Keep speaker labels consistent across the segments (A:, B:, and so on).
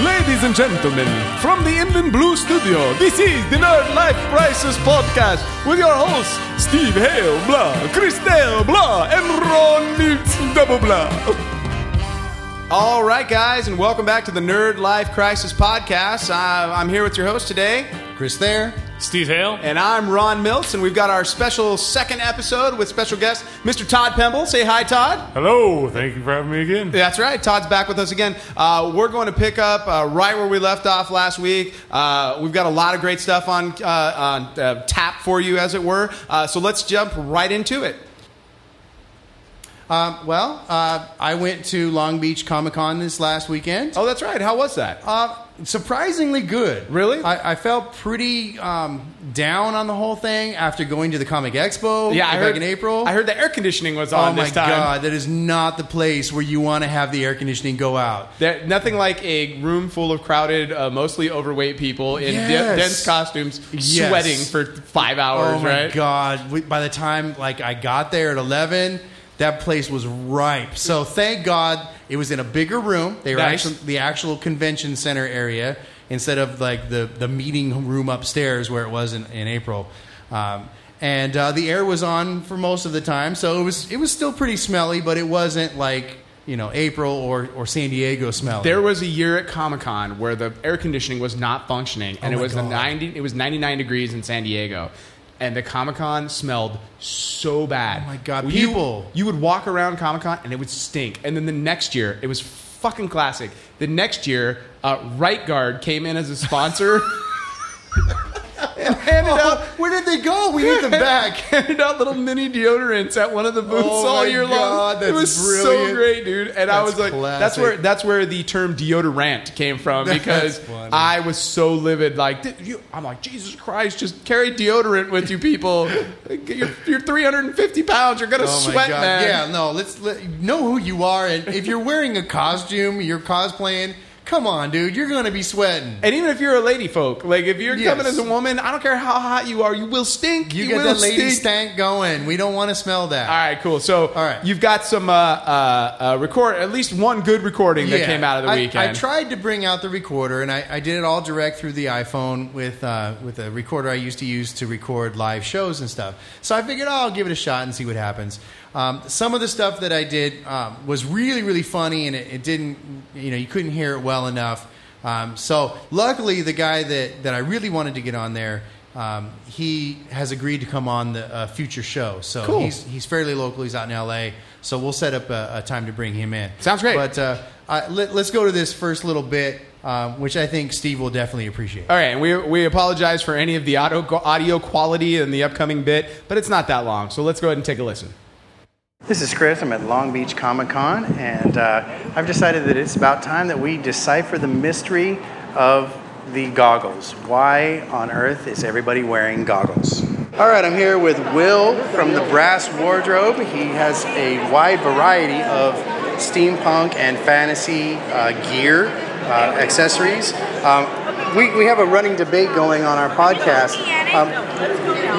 A: Ladies and gentlemen, from the Inland Blue Studio, this is the Nerd Life Crisis Podcast with your hosts, Steve Hale, blah, Christelle, blah, and Ron Newton, double blah. All right, guys, and welcome back to the Nerd Life Crisis Podcast. I, I'm here with your host today, Chris Thayer.
B: Steve Hale.
A: And I'm Ron Miltz, and we've got our special second episode with special guest, Mr. Todd Pemble. Say hi, Todd.
B: Hello. Thank you for having me again.
A: That's right, Todd's back with us again. Uh, we're going to pick up uh, right where we left off last week. Uh, we've got a lot of great stuff on, uh, on uh, tap for you, as it were. Uh, so let's jump right into it.
C: Um, well, uh, I went to Long Beach Comic Con this last weekend.
A: Oh, that's right. How was that?
C: Uh, surprisingly good.
A: Really?
C: I, I felt pretty um, down on the whole thing after going to the Comic Expo back in April.
A: I heard the air conditioning was on
C: oh
A: this
C: my
A: time.
C: god, that is not the place where you want to have the air conditioning go out.
A: There, nothing like a room full of crowded, uh, mostly overweight people in de-
C: Yes.
A: dense costumes,
C: Yes.
A: sweating for five hours.
C: Oh my
A: right?
C: god! We, by the time like I got there at eleven, that place was ripe. So thank God it was in a bigger room. They were
A: Nice.
C: actually the actual convention center area instead of like the the meeting room upstairs where it was in, in April. Um, and uh, the air was on for most of the time, so it was it was still pretty smelly, but it wasn't like you know April or or San Diego smelly.
A: There was a year at Comic Con where the air conditioning was not functioning, and it
C: Oh my
A: was the
C: God.
A: ninety. It was ninety nine degrees in San Diego, and the Comic Con smelled so bad.
C: Oh my God,
A: You-
C: people.
A: You, would walk around Comic Con and it would stink, and then the next year it was fucking classic. The next year, uh, Right Guard came in as a sponsor. and handed out
C: where did they go? We need them
A: back,
C: back.
A: handed out little mini deodorants at one of the booths
C: Oh
A: all
C: my
A: year long.
C: God,
A: it
C: that's
A: was so
C: brilliant.
A: great, dude. And I
C: That's
A: was like, that's
C: classic.
A: where that's where the term deodorant came from
C: That's
A: because
C: funny.
A: I was so livid. Like, "Did you, I'm like, Jesus Christ, just carry deodorant with you, people. you're, you're 350 pounds. You're gonna
C: Oh my
A: sweat,
C: God.
A: man.
C: Yeah, no, let's let, know who you are, and if you're wearing a costume, you're cosplaying. Come on, dude, you're gonna be sweating.
A: And even if you're a lady folk, like if you're
C: Yes.
A: coming as a woman, I don't care how hot you are, you will stink.
C: You,
A: You,
C: get
A: will
C: that lady
A: stink.
C: stank going. We don't want to smell that.
A: All right, cool. So,
C: All right.
A: you've got some uh, uh, uh, record, at least one good recording that
C: Yeah.
A: came out of the
C: I-
A: weekend.
C: I, tried to bring out the recorder, and I, I did it all direct through the iPhone with uh, with a recorder I used to use to record live shows and stuff. So I figured oh, I'll give it a shot and see what happens. Um, some of the stuff that I did um, was really really funny, and it, it didn't you know you couldn't hear it well enough. Um, so luckily, the guy that that I really wanted to get on there. Um, he has agreed to come on the uh, future show, so
A: Cool.
C: he's he's fairly local. He's out in L.A., so we'll set up a, a time to bring him in.
A: Sounds great.
C: But but uh, I, let, us go to this first little bit, um, which I think Steve will definitely appreciate.
A: All right, and we, we apologize for any of the audio, audio quality in the upcoming bit, but it's not that long, so let's go ahead and take a listen.
D: This is Chris. I'm at Long Beach Comic Con, and uh, I've decided that it's about time that we decipher the mystery of the goggles. Why on earth is everybody wearing goggles? All right, I'm here with Will from the Brass Wardrobe. He has a wide variety of steampunk and fantasy uh, gear, uh, accessories. Um, we, we have a running debate going on our podcast. Um,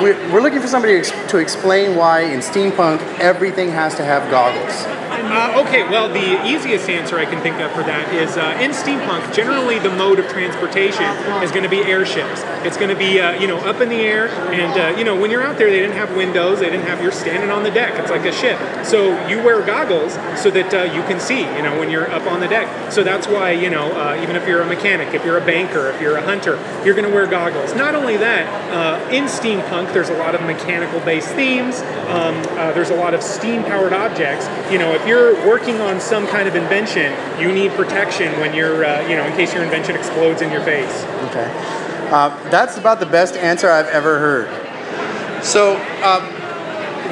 D: we're, we're looking for somebody to ex- to explain why in steampunk everything has to have goggles.
E: Uh, okay, well, the easiest answer I can think of for that is uh, in steampunk, generally the mode of transportation is going to be airships. It's going to be, uh, you know, up in the air, and, uh, you know, when you're out there, they didn't have windows, they didn't have, you're standing on the deck. It's like a ship. So you wear goggles so that uh, you can see, you know, when you're up on the deck. So that's why, you know, uh, even if you're a mechanic, if you're a banker, if you're a hunter, you're going to wear goggles. Not only that, uh, in steampunk, there's a lot of mechanical based themes, um, uh, there's a lot of steam powered objects. You know, if you're working on some kind of invention, you need protection when you're, uh, you know, in case your invention explodes in your face.
D: Okay. Uh, that's about the best answer I've ever heard. So um,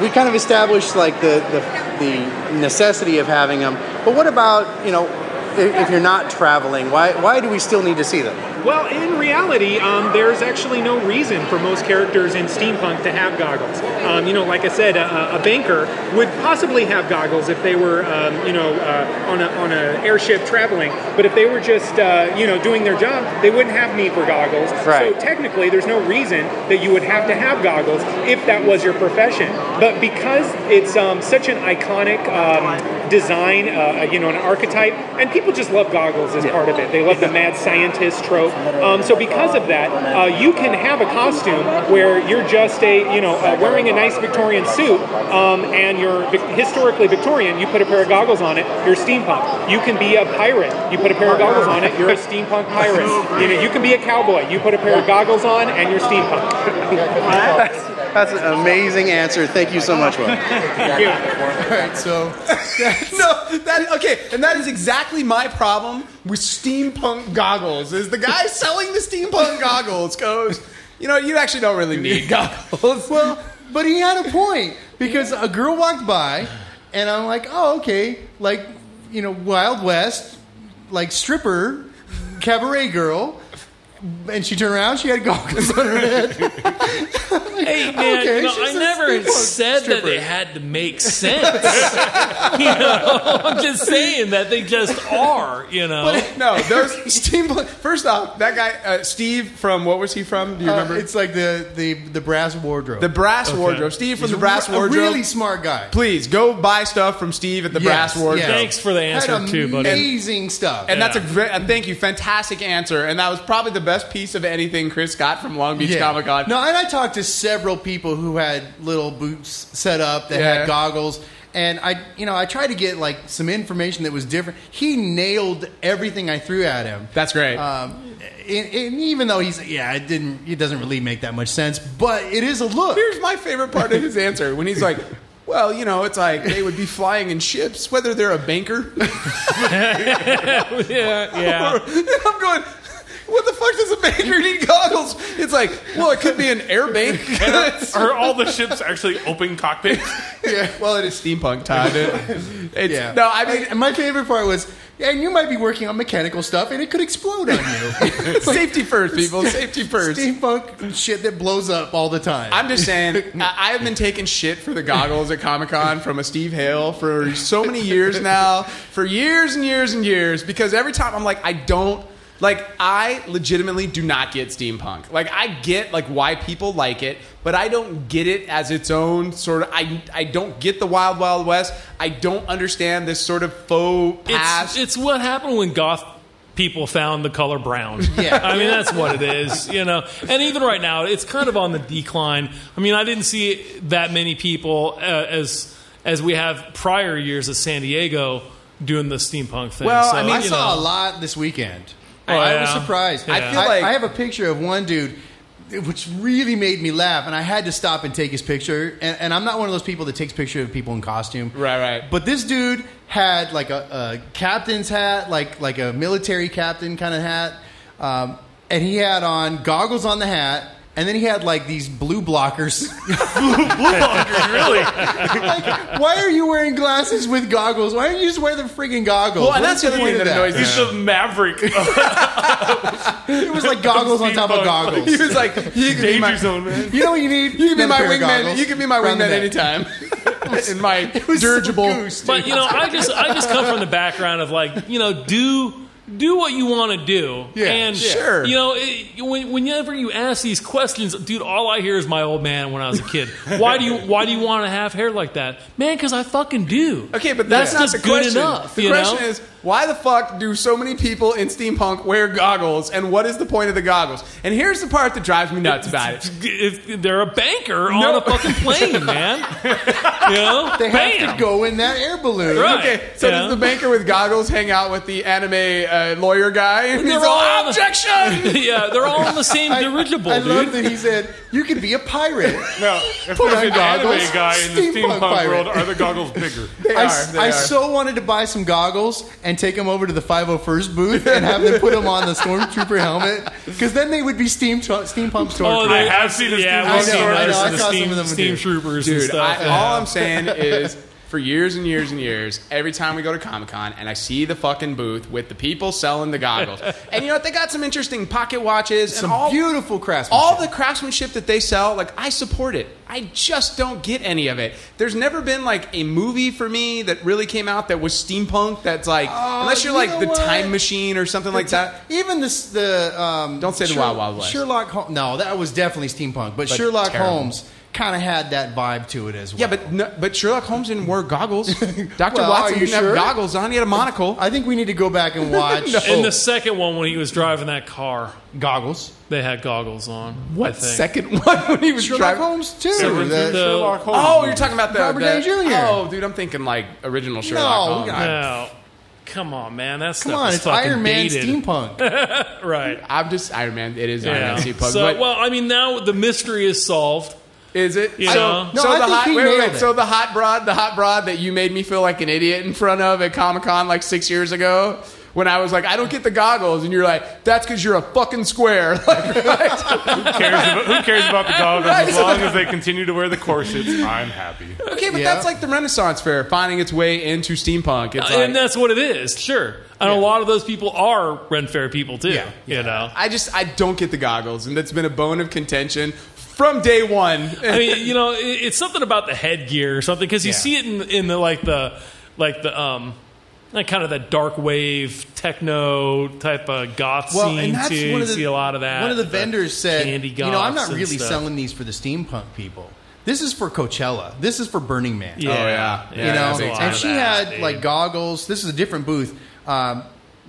D: we kind of established like the, the, the necessity of having them, but what about, you know, if, if you're not traveling, why, why do we still need to see them?
E: Well, in reality, um, there's actually no reason for most characters in steampunk to have goggles. Um, you know, like I said, a, a banker would possibly have goggles if they were, um, you know, uh, on a on a airship traveling. But if they were just, uh, you know, doing their job, they wouldn't have need for goggles.
D: Right.
E: So technically, there's no reason that you would have to have goggles if that was your profession. But because it's um, such an iconic um, design, uh, you know, an archetype, and people just love goggles as part of it. They love the mad scientist trope. Um, so because of that, uh, you can have a costume where you're just a, you know, uh, wearing a nice Victorian suit, um, and you're vic- historically Victorian. You put a pair of goggles on it. You're steampunk. You can be a pirate. You put a pair of goggles on it. You're a steampunk pirate. You know, you can be a cowboy. You put a pair of goggles on, and you're steampunk.
D: That's an amazing answer. Thank you so much, Will.
C: All right, so
A: no, that okay, and that is exactly my problem with steampunk goggles. Is the guy selling the steampunk goggles goes, you know, you actually don't really need goggles.
C: well, but he had a point because a girl walked by, and I'm like, oh, okay, like you know, Wild West, like stripper, cabaret girl, and she turned around, she had goggles on her head.
F: Hey man,
C: Okay,
F: no,
C: she's
F: I
C: a
F: never
C: steampunk
F: said that
C: stripper.
F: they had to make sense. you know, I'm just saying that they just are. You know,
A: no, those steampunk. First off, that guy uh, Steve from what was he from? Do you
C: Uh,
A: remember?
C: it's like the the the brass wardrobe.
A: the Brass Wardrobe. Steve from
C: He's
A: the Brass
C: a,
A: Wardrobe.
C: A really smart guy.
A: Please go buy stuff from Steve at the
C: Yes,
A: Brass Wardrobe.
C: yes.
F: thanks for the
C: Had
F: answer too, buddy.
C: amazing stuff.
A: And that's a
F: Yeah.
A: great, and thank you, fantastic answer. And that was probably the best piece of anything Chris got from Long Beach
C: Yeah.
A: Comic Con.
C: No, and I talked to several people who had little boots set up that
A: Yeah.
C: had goggles, and I, you know, I tried to get like some information that was different. He nailed everything I threw at him.
A: that's great.
C: Um, and, and even though he's yeah, it didn't, it doesn't really make that much sense, but it is a look.
A: Here's my favorite part of his answer when he's like, "Well, you know, it's like they would be flying in ships, whether they're a banker."
F: Yeah, yeah.
A: Or- I'm going. What the fuck does a banker need goggles? It's like, well, it could be an air bank. It's-
B: Are all the ships actually open cockpit?
A: Well, it is steampunk, Todd. It- it's-
C: Yeah.
A: No, I mean,
C: and my favorite part was, and you might be working on mechanical stuff, and it could explode on you.
A: safety first, people. Safety first.
C: Steampunk shit that blows up all the time.
A: I'm just saying, I, I have been taking shit for the goggles at Comic Con from a Steve Hale for so many years now, for years and years and years, because every time I'm like, I don't. Like I legitimately do not get steampunk. Like I get like why people like it, but I don't get it as its own sort of. I I don't get the Wild Wild West. I don't understand this sort of faux
F: It's,
A: past.
F: it's what happened when goth people found the color brown.
C: Yeah.
F: I mean that's what it is, you know. And even right now, it's kind of on the decline. I mean, I didn't see that many people uh, as as we have prior years at San Diego doing the steampunk thing.
A: Well,
F: so,
A: I mean,
C: I
F: you
C: saw
F: know.
C: a lot this weekend.
F: Oh,
C: I was
F: yeah?
C: surprised.
F: Yeah.
C: I feel like I have a picture of one dude, which really made me laugh, and I had to stop and take his picture. And, and I'm not one of those people that takes pictures of people in costume.
A: Right, right.
C: But this dude had like a, a captain's hat, like like a military captain kind of hat, um, and he had on goggles on the hat. And then he had like these blue blockers.
B: really?
C: like, why are you wearing glasses with goggles? Why don't you just wear the friggin' goggles?
A: Well, and
C: What
A: that's
C: is
A: the other
C: point
A: thing
C: of
A: that annoys me.
B: He's the maverick of
C: It was like goggles on top of goggles.
A: He was like, you can be my,
B: Danger Zone, man.
C: You know what you need?
A: you can be my
C: Another pair of
A: wingman.
C: goggles.
A: You can be my
C: Round the
A: wingman
C: neck.
A: anytime. In my dirigible.
F: But you know, I just I just come from the background of like you know do do what you want to do.
C: Yeah,
F: and
A: sure.
F: You know, it, when, whenever you ask these questions, dude, all I hear is my old man when I was a kid. Why do you Why do you want to have hair like that, man? Because I fucking do.
A: Okay, but that's,
F: that's
A: not
F: just
A: the
F: good
A: question.
F: enough.
A: the
F: you
A: question
F: know?
A: is, why the fuck do so many people in steampunk wear goggles, and what is the point of the goggles? And here's the part that drives me nuts about it.
F: If they're a banker
A: No.
F: on a fucking plane, man, you know,
C: They
F: Bam.
C: have to go in that air balloon.
F: Right.
A: Okay, so
F: Yeah.
A: does the banker with goggles hang out with the anime uh, lawyer guy? And
F: They're
A: he's all
F: all-
A: objection.
F: yeah, they're all on the same
C: I,
F: dirigible,
C: I
F: dude.
C: love that he said you could be a pirate.
B: No, if
C: Put on
B: there's an
C: goggles.
B: anime guy in the
C: Steampunk
B: steampunk
C: pirate.
B: world, are the goggles bigger?
A: They
C: I,
A: are, they
C: I
A: are.
C: so wanted to buy some goggles and take them over to the 501st booth and have them put them on the stormtrooper helmet because then they would be steam steampunk
F: Oh,
C: stormtroopers.
B: I have seen the
F: yeah,
B: steam
F: we've
C: troopers. I know, I know,
F: seen
C: I
F: the
C: saw some
F: steam,
C: of them,
F: steam
C: dude.
F: troopers and
A: Dude,
F: stuff.
A: I, all I'm saying is for years and years and years every time we go to Comic Con, and I see the fucking booth with the people selling the goggles. and you know what? They got some interesting pocket watches
C: Some
A: and all
C: beautiful craftsmanship.
A: all the craftsmanship that they sell, like I support it. I just don't get any of it. There's never been like a movie for me that really came out that was steampunk. That's like unless you're
C: Oh, you
A: like
C: know
A: the
C: what?
A: time machine or something like that.
C: Even this, the um,
A: Don't say the
C: Sher-
A: Wild Wild West.
C: Sherlock Holmes. No, that was definitely steampunk. But,
A: But
C: Sherlock
A: terrible.
C: Holmes kind of had that vibe to it as well.
A: Yeah, but no, but Sherlock Holmes didn't wear goggles. Doctor
C: Well, are
A: Watson
C: you
A: didn't have
C: sure?
A: goggles on. He had a monocle.
C: I think we need to go back and watch
F: In the second one, when he was driving that car,
C: oh. goggles.
F: they had goggles on. I
A: what
F: think.
A: second one when he was
C: Sherlock
A: driving?
C: Holmes too.
F: Yeah, was
C: The-
F: it the-
B: Sherlock Holmes.
A: Oh, you're talking about the
C: Robert
A: the-
C: Downey Jr..
A: Oh, dude, I'm thinking like original Sherlock
C: No,
A: Holmes.
C: God.
F: No, Oh, come on, man. That stuff
C: Come on,
F: is
C: it's
F: fucking
C: Iron Man
F: dated.
C: steampunk.
F: Right.
A: I'm just Iron Man. It is Iron
F: Yeah.
A: Man. Seapug,
F: So,
A: but-
F: well, I mean, now the mystery is solved.
A: Is it?
F: You
A: So-
F: know?
A: So,
C: No, I
A: the
C: think
A: hot wait,
C: he
A: wait,
C: nailed
A: wait.
C: it.
A: so the hot broad, the hot broad that you made me feel like an idiot in front of at Comic Con like six years ago. When I was like, I don't get the goggles, and you're like, that's because you're a fucking square. Like, right?
B: Who cares about, who cares about the goggles?
A: Right.
B: As long as they continue to wear the corsets, I'm happy.
A: okay, but
C: Yeah.
A: that's like the Renaissance fair finding its way into steampunk. It's like,
F: and that's what it is, sure. And a lot of those people are Ren Fair people too.
C: Yeah,
F: You know,
A: I just I don't get the goggles, and that's been a bone of contention from day one.
F: I mean, you know, it, it's something about the headgear or something because you see it in, in the like the like the um like kind of that dark wave techno type of goth
C: Well,
F: scene
C: and that's
F: too.
C: one
F: you
C: of the
F: see a lot of that.
C: One of the vendors said,
F: candy
C: "You know, I'm
F: goths
C: not
F: and
C: really
F: stuff."
C: selling these for the steampunk people. This is for Coachella. This is for Burning Man."
F: Yeah,
B: Oh,
A: yeah.
F: Oh, yeah,
C: you know
F: there's a lot
C: and
F: of
C: she
F: that,
C: had
F: dude.
C: like goggles this is a different booth um,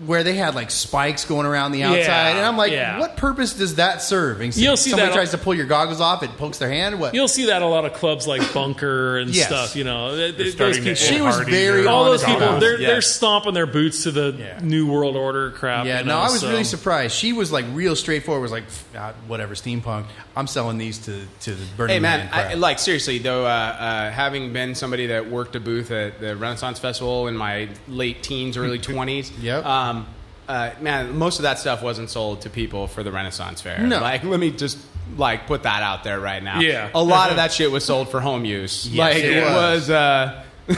C: where they had like spikes going around the outside and i'm like
F: yeah.
C: what purpose does that serve and so-
F: You'll see
C: somebody
F: that-
C: tries to pull your goggles off it pokes their hand what
F: You'll see that at a lot of clubs like Bunker and
C: Yes.
F: stuff. You know, Th- th- those
B: Starting to
F: people.
C: She was
B: Hardy
C: very
B: or-
F: all those
C: honest
F: people,
C: about it.
F: they're
A: Yeah.
F: they're stomping their boots to the New World Order crap.
C: yeah
F: you
C: no
F: know,
C: i was
F: so-
C: really surprised she was like real straightforward was like "Pff, ah, whatever steampunk i'm selling these to, to the burning
A: Hey man,
C: man crowd."
A: I, like seriously though, uh, uh, having been somebody that worked a booth at the Renaissance Festival in my late teens, early twenties,
C: Yep.
A: um, uh, man, most of that stuff wasn't sold to people for the Renaissance Fair.
C: No.
A: like let me just like put that out there right now.
F: Yeah.
A: a lot of that shit was sold for home use. like
C: it
A: it
C: was.
A: was. uh,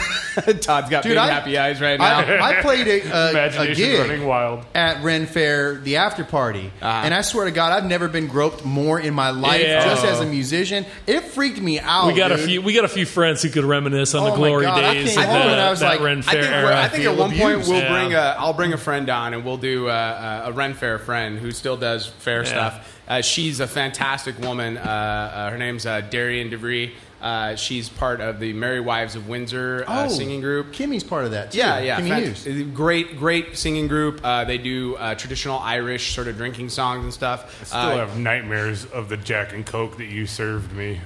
A: Todd's got big
C: I-
A: happy eyes right now.
C: I, I played a, a, a
B: Imagination
C: gig
B: running wild.
C: at Ren Fair, the after party, and I swear to God, I've never been groped more in my life
F: Yeah.
C: just as a musician. It freaked me out.
F: We got a
C: dude.
F: few. We got a few friends who could reminisce on
C: Oh
F: the
C: my
F: glory
C: God, I
F: days.
C: came
F: of
C: home
F: that,
C: and I was
F: that
C: like,
F: Ren
A: I
F: Fair
A: think, we're-
F: era.
A: I think at one point
C: abused.
A: we'll
F: Yeah.
A: bring a I'll bring a friend on and we'll do uh, a, a Ren Fair friend who still does fair stuff. Uh, she's a fantastic woman. Uh, uh, her name's uh, Darian DeVree. Uh, she's part of the Merry Wives of Windsor uh,
C: Oh,
A: singing group.
C: Kimmy's part of that. Too.
A: Yeah, yeah,
C: Kimmy
A: fan-
C: Hughes.
A: great, great singing group. Uh, they do uh, traditional Irish sort of drinking songs and stuff. Uh,
B: Still have nightmares of the Jack and Coke that you served me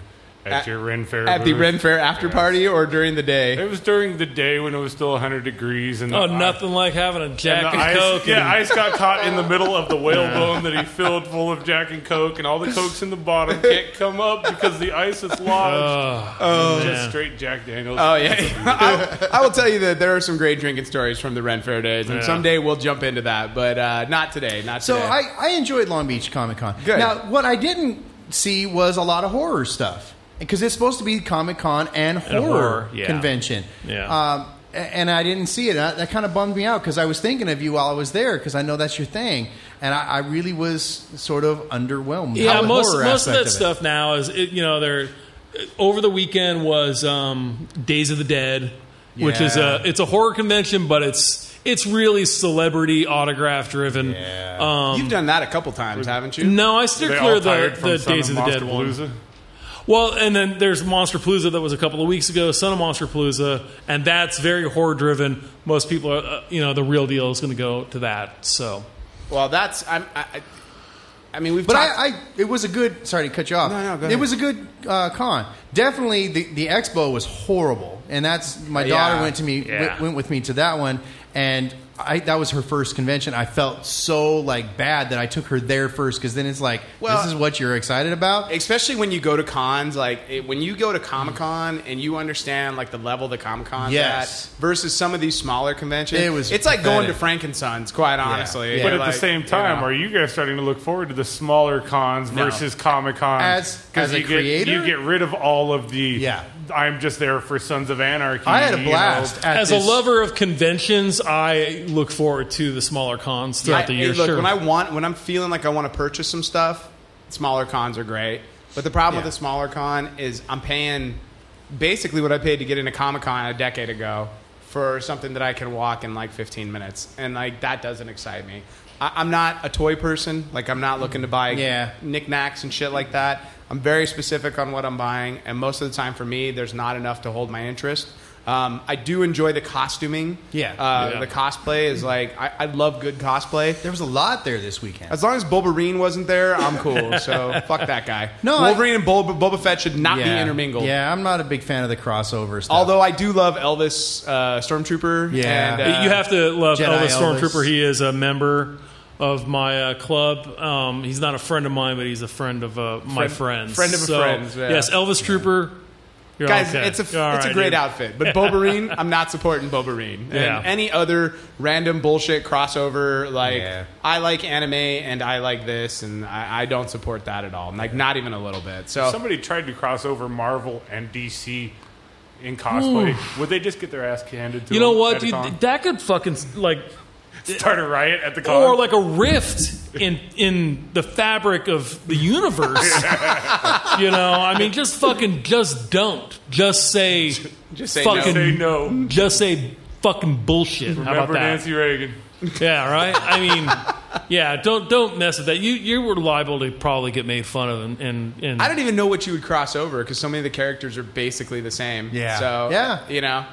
B: at,
A: At-
B: your Ren Fair.
A: at the
B: booth.
A: Ren Fair after party or during the day.
B: It was during the day when it was still 100 degrees and
F: Oh,
B: the-
F: nothing like having a
B: and
F: Jack
B: the
F: and,
B: ice,
F: Coke.
B: Yeah,
F: and-
B: ice got caught in the middle of the whalebone that he filled full of Jack and Coke, and all the cokes in the bottom can't come up because the ice is lodged. Oh, just
F: man.
B: straight Jack Daniels.
A: Oh yeah, I, I will tell you that there are some great drinking stories from the Ren Fair days, and
F: Yeah.
A: someday we'll jump into that, but uh, not today. Not
C: So
A: today.
C: I, I enjoyed Long Beach Comic Con.
A: Good.
C: Now, what I didn't see was a lot of horror stuff because it's supposed to be Comic Con and horror,
F: horror, yeah.
C: convention.
F: Yeah.
C: Um, a- and I didn't see it. And I- that kind of bummed me out because I was thinking of you while I was there because I know that's your thing, and I, I really was sort of underwhelmed.
F: yeah,
C: by the
F: most
C: horror
F: most of
C: aspect
F: that
C: it.
F: stuff now is it, you know they're over the weekend was um, Days of the Dead, which is
C: Yeah.
F: a it's a horror convention, but it's it's really celebrity autograph driven.
A: You've done that a couple times, haven't you?
F: No, I steer
B: They
F: clear
B: all
F: of the,
B: tired from
F: the
B: Son
F: Days of the
B: Monster
F: Dead one.
B: Palooza.
F: Well, and then there's Monster Palooza that was a couple of weeks ago, Son of Monster Palooza, and that's very horror driven. Most people are, uh, you know, the real deal is going to go to that. So,
A: Well, that's I'm, I. I I mean, we've.
C: But
A: talked,
C: I, I, it was a good. Sorry to cut you off.
A: No, no, go
C: It
A: ahead.
C: was a good uh, con. Definitely, the, the expo was horrible, and that's my
A: Yeah.
C: daughter went to me
F: Yeah.
C: went, went with me to that one, and I, that was her first convention. I felt so like bad that I took her there first because then it's like,
A: Well-
C: this is what you're excited about.
A: especially when you go to cons like it, when you go to comic-con and you understand like the level that comic-con
C: Yes.
A: at versus some of these smaller conventions
C: It was
A: it's like going to
C: pathetic.
A: frankenson's quite honestly
C: Yeah.
B: But at
A: Like,
B: the same time,
A: you know.
B: are you guys starting to look forward to the smaller cons versus Comic Con?
C: As- as a
B: you
C: creator?
B: get, you get rid of all of the.
C: Yeah.
B: I'm just there for Sons of Anarchy.
C: I had a
B: you know.
C: blast. at
F: As a
C: this-
F: lover of conventions, I look forward to the smaller cons
A: I-
F: throughout the
A: hey,
F: year.
A: look
F: sure.
A: when i want when i'm feeling like i want to purchase some stuff smaller cons are great but the problem with a smaller con is i'm paying basically what i paid to get into comic-con a decade ago for something that i can walk in like 15 minutes and like that doesn't excite me I, i'm not a toy person like i'm not looking to buy
C: Yeah.
A: knickknacks and shit like that. I'm very specific on what I'm buying, and most of the time for me, there's not enough to hold my interest. Um, I do enjoy the costuming.
C: Yeah.
A: Uh,
F: Yeah.
A: The cosplay is like, I, I love good cosplay.
C: There was a lot there this weekend.
A: As long as Bulbarine wasn't there, I'm cool. So fuck that guy.
C: No, I-
A: Wolverine and Bulb- Boba Fett should not be intermingled.
C: Yeah, I'm not a big fan of the crossover stuff.
A: Although I do love Elvis uh, Stormtrooper.
C: Yeah.
A: and, uh,
F: you have to love
C: Jedi
F: Elvis
C: Elvis.
F: Stormtrooper. He is a member of my uh, club. Um, he's not a friend of mine, but he's a friend of uh, my friends.
A: friend of a
F: So,
A: friends, yeah.
F: Yes, Elvis Trooper. You're
A: Guys,
F: okay.
A: it's a it's
F: You're all
A: a
F: right,
A: great
F: dude.
A: outfit, but Bobarine, I'm not supporting Bobarine.
F: Yeah.
A: And any other random bullshit crossover, like
C: Yeah.
A: I like anime and I like this, and I, I don't support that at all. Like not even a little bit. So
B: Somebody tried to cross over Marvel and DC in cosplay. Would they just get their ass handed to
F: You know
B: them
F: what,
B: at a
F: dude?
B: con?
F: That could fucking like,
B: Start a riot at the con.
F: or like a rift in in the fabric of the universe. you know, I mean, just fucking, just don't, just say,
A: Just say
F: fucking,
B: Say no.
F: just say fucking bullshit. How about
B: Remember
F: that?
B: Nancy Reagan.
F: Yeah, right. I mean, yeah. Don't don't mess with that. You you were liable to probably get made fun of, and and, and
A: I don't even know what you would cross over because so many of the characters are basically the same.
C: Yeah.
A: So
C: Yeah.
A: you know,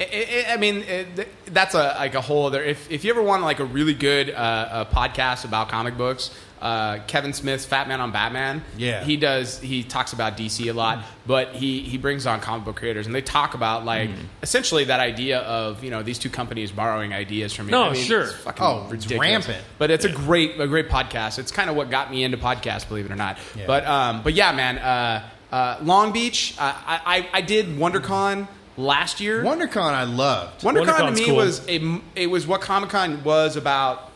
A: I i I mean, it, th- that's a like a whole other. If if you ever want like a really good uh, uh podcast about comic books. Uh, Kevin Smith's Fat Man on Batman.
C: Yeah.
A: he does. He talks about DC a lot, but he he brings on comic book creators and they talk about like
C: Mm-hmm.
A: essentially that idea of you know these two companies borrowing ideas from you.
F: No,
A: I mean,
F: sure.
A: it's fucking
C: Oh, it's
A: ridiculous.
C: rampant.
A: But it's a great a great podcast. It's kind of what got me into podcasts, believe it or not.
C: Yeah.
A: But um, but yeah, man, uh, uh, Long Beach. Uh, I, I I did WonderCon last year.
C: WonderCon, I loved.
A: WonderCon to
F: WonderCon's
A: me
F: cool.
A: was a m- it was what Comic Con was about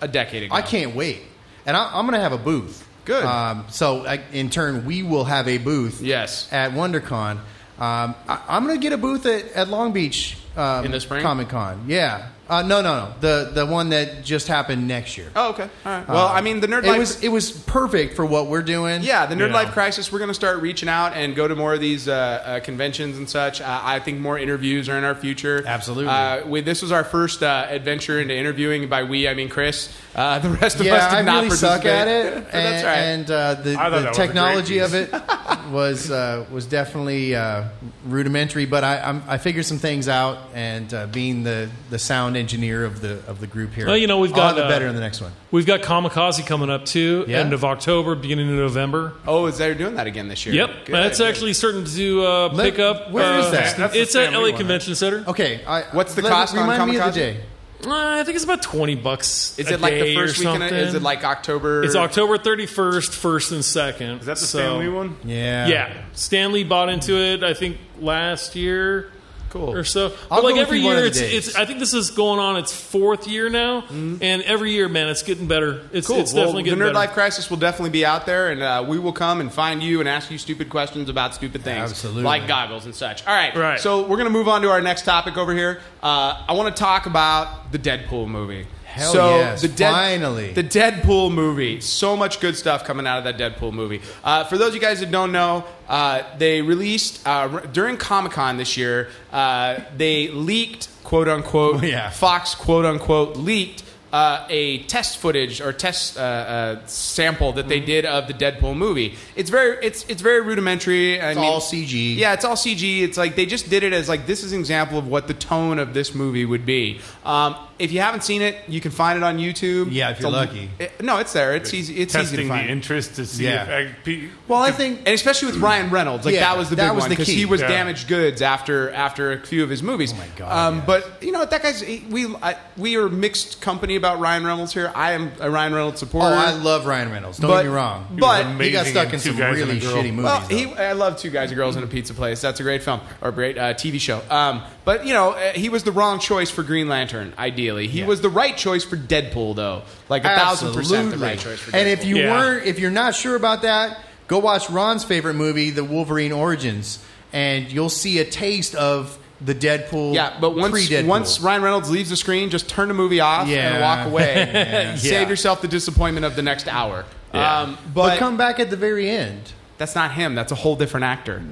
A: a decade ago.
C: I can't wait, and I, I'm going to have a booth.
A: Good.
C: Um, so I, in turn, we will have a booth.
A: Yes.
C: At WonderCon, um, I, I'm going to get a booth at, at Long Beach um,
A: In the spring?
C: Comic Con. Yeah. Uh, no, no, no. The the one that just happened next year.
A: Oh, okay. All right. Well, I mean, the nerd
C: Uh, It
A: life.
C: was it was perfect for what we're doing.
A: yeah, the Nerd
F: Yeah.
A: Life Crisis. We're going to start reaching out and go to more of these uh, uh, conventions and such. Uh, I think more interviews are in our future.
C: Absolutely.
A: Uh, we, this was our first uh, adventure into interviewing. And by we, I mean Chris. Uh, the rest of us
C: Yeah,
A: did
C: I
A: not
C: really suck
A: participate.
C: at it,
A: But
C: and,
A: that's all right.
C: and uh, the,
B: thought
C: the
B: that was a great
C: technology of it was uh, was definitely uh, rudimentary. But I I'm, I figured some things out, and uh, being the, the sound engineer of the of the group here,
F: Well, you know, we've
C: I'll
F: got,
C: have it
F: uh,
C: better in the next one.
F: we've got Kamikaze coming up too.
C: Yeah?
F: End of October, beginning of November.
A: Oh, is they're doing that again this year?
F: Yep,
A: Good.
F: that's actually starting to uh,
C: Let-
F: pick up.
C: where
F: Where is
C: is that?
B: That's the
F: It's at
B: family
F: LA
B: one.
F: Convention Center.
C: Okay, I,
A: What's the
C: let-
A: cost on
C: Remind me of
A: Kamikaze?
C: the day.
F: Uh, I think it's about twenty bucks.
A: Is
F: a
A: it like the
F: day
A: first
F: or
A: weekend? Of, is
F: something.
A: it like October?
F: it's October thirty first, first and second?
B: Is that the
F: so,
B: Stan Lee one?
C: Yeah,
F: Yeah, Stanley bought into it. I think last year,
A: Cool.
F: or so. But
C: I'll
F: like
C: go with
F: every
C: you one
F: year,
C: of the
F: it's,
C: days.
F: it's. I think this is going on its fourth year now, and every year, man, it's getting better. It's,
A: Cool.
F: it's
A: well,
F: definitely
A: the
F: getting
A: Nerd
F: better.
A: Life Crisis will definitely be out there, and uh, we will come and find you and ask you stupid questions about stupid things,
C: Absolutely.
A: like goggles and such. All right,
F: Right.
A: So we're gonna move on to our next topic over here. Uh, I want to talk about the Deadpool movie.
C: Hell
A: so
C: yes,
A: the Dead-
C: finally.
A: the Deadpool movie. So much good stuff coming out of that Deadpool movie. Uh, for those of you guys that don't know, uh, they released uh, r- during Comic Con this year. Uh, they leaked, quote unquote,
C: Oh, Yeah.
A: Fox, quote unquote, leaked. Uh, a test footage or test uh, uh, sample that
C: Mm-hmm.
A: they did of the Deadpool movie. It's very it's it's very rudimentary. I
C: It's
A: mean,
C: all CG.
A: Yeah, it's all CG. It's like they just did it as like this is an example of what the tone of this movie would be. Um, If you haven't seen it, you can find it on YouTube.
C: Yeah, if
A: It's
C: you're
A: a-
C: lucky.
A: it- no, it's there. It's easy. It's easy to
B: testing the
A: find.
B: interest to see
C: Yeah.
B: if uh, I, pe-
C: Well, I think
A: and especially with Ryan Reynolds, like
C: Yeah,
A: that was the
C: that
A: big
C: was
A: one
C: the
A: because
C: key.
A: he was
B: Yeah.
A: damaged goods after after a few of his movies. Oh
C: my God,
A: Um,
C: yes.
A: But you know what? That guy's he- we I, we are mixed company about Ryan Reynolds here. I am a Ryan Reynolds supporter.
C: oh, I love Ryan Reynolds. Don't
A: But-
C: get me wrong,
A: but-
C: he got
B: amazing
C: stuck in
B: Two
C: some
B: Guys and a
C: really
B: Girl.
C: shitty movies.
A: well,
C: though.
A: he, I love Two Guys and Girls in a Pizza Place. That's a great film or great uh, TV show. Um, but you know, uh, he was the wrong choice for Green Lantern. Ideally, he
C: Yeah.
A: was the right choice for Deadpool, though. Like a thousand percent the
C: Absolutely.
A: right choice for Deadpool.
C: And if you
B: Yeah.
C: were, if you're not sure about that, go watch Ron's favorite movie, The Wolverine Origins, and you'll see a taste of the Deadpool.
A: Yeah, but once
C: pre-Deadpool.
A: once Ryan Reynolds leaves the screen, just turn the movie off
C: Yeah.
A: and walk away.
C: Yeah.
A: Save yourself the disappointment of the next hour.
B: Yeah.
A: Um,
C: but,
A: but
C: come back at the very end.
A: that's not him. That's a whole different actor.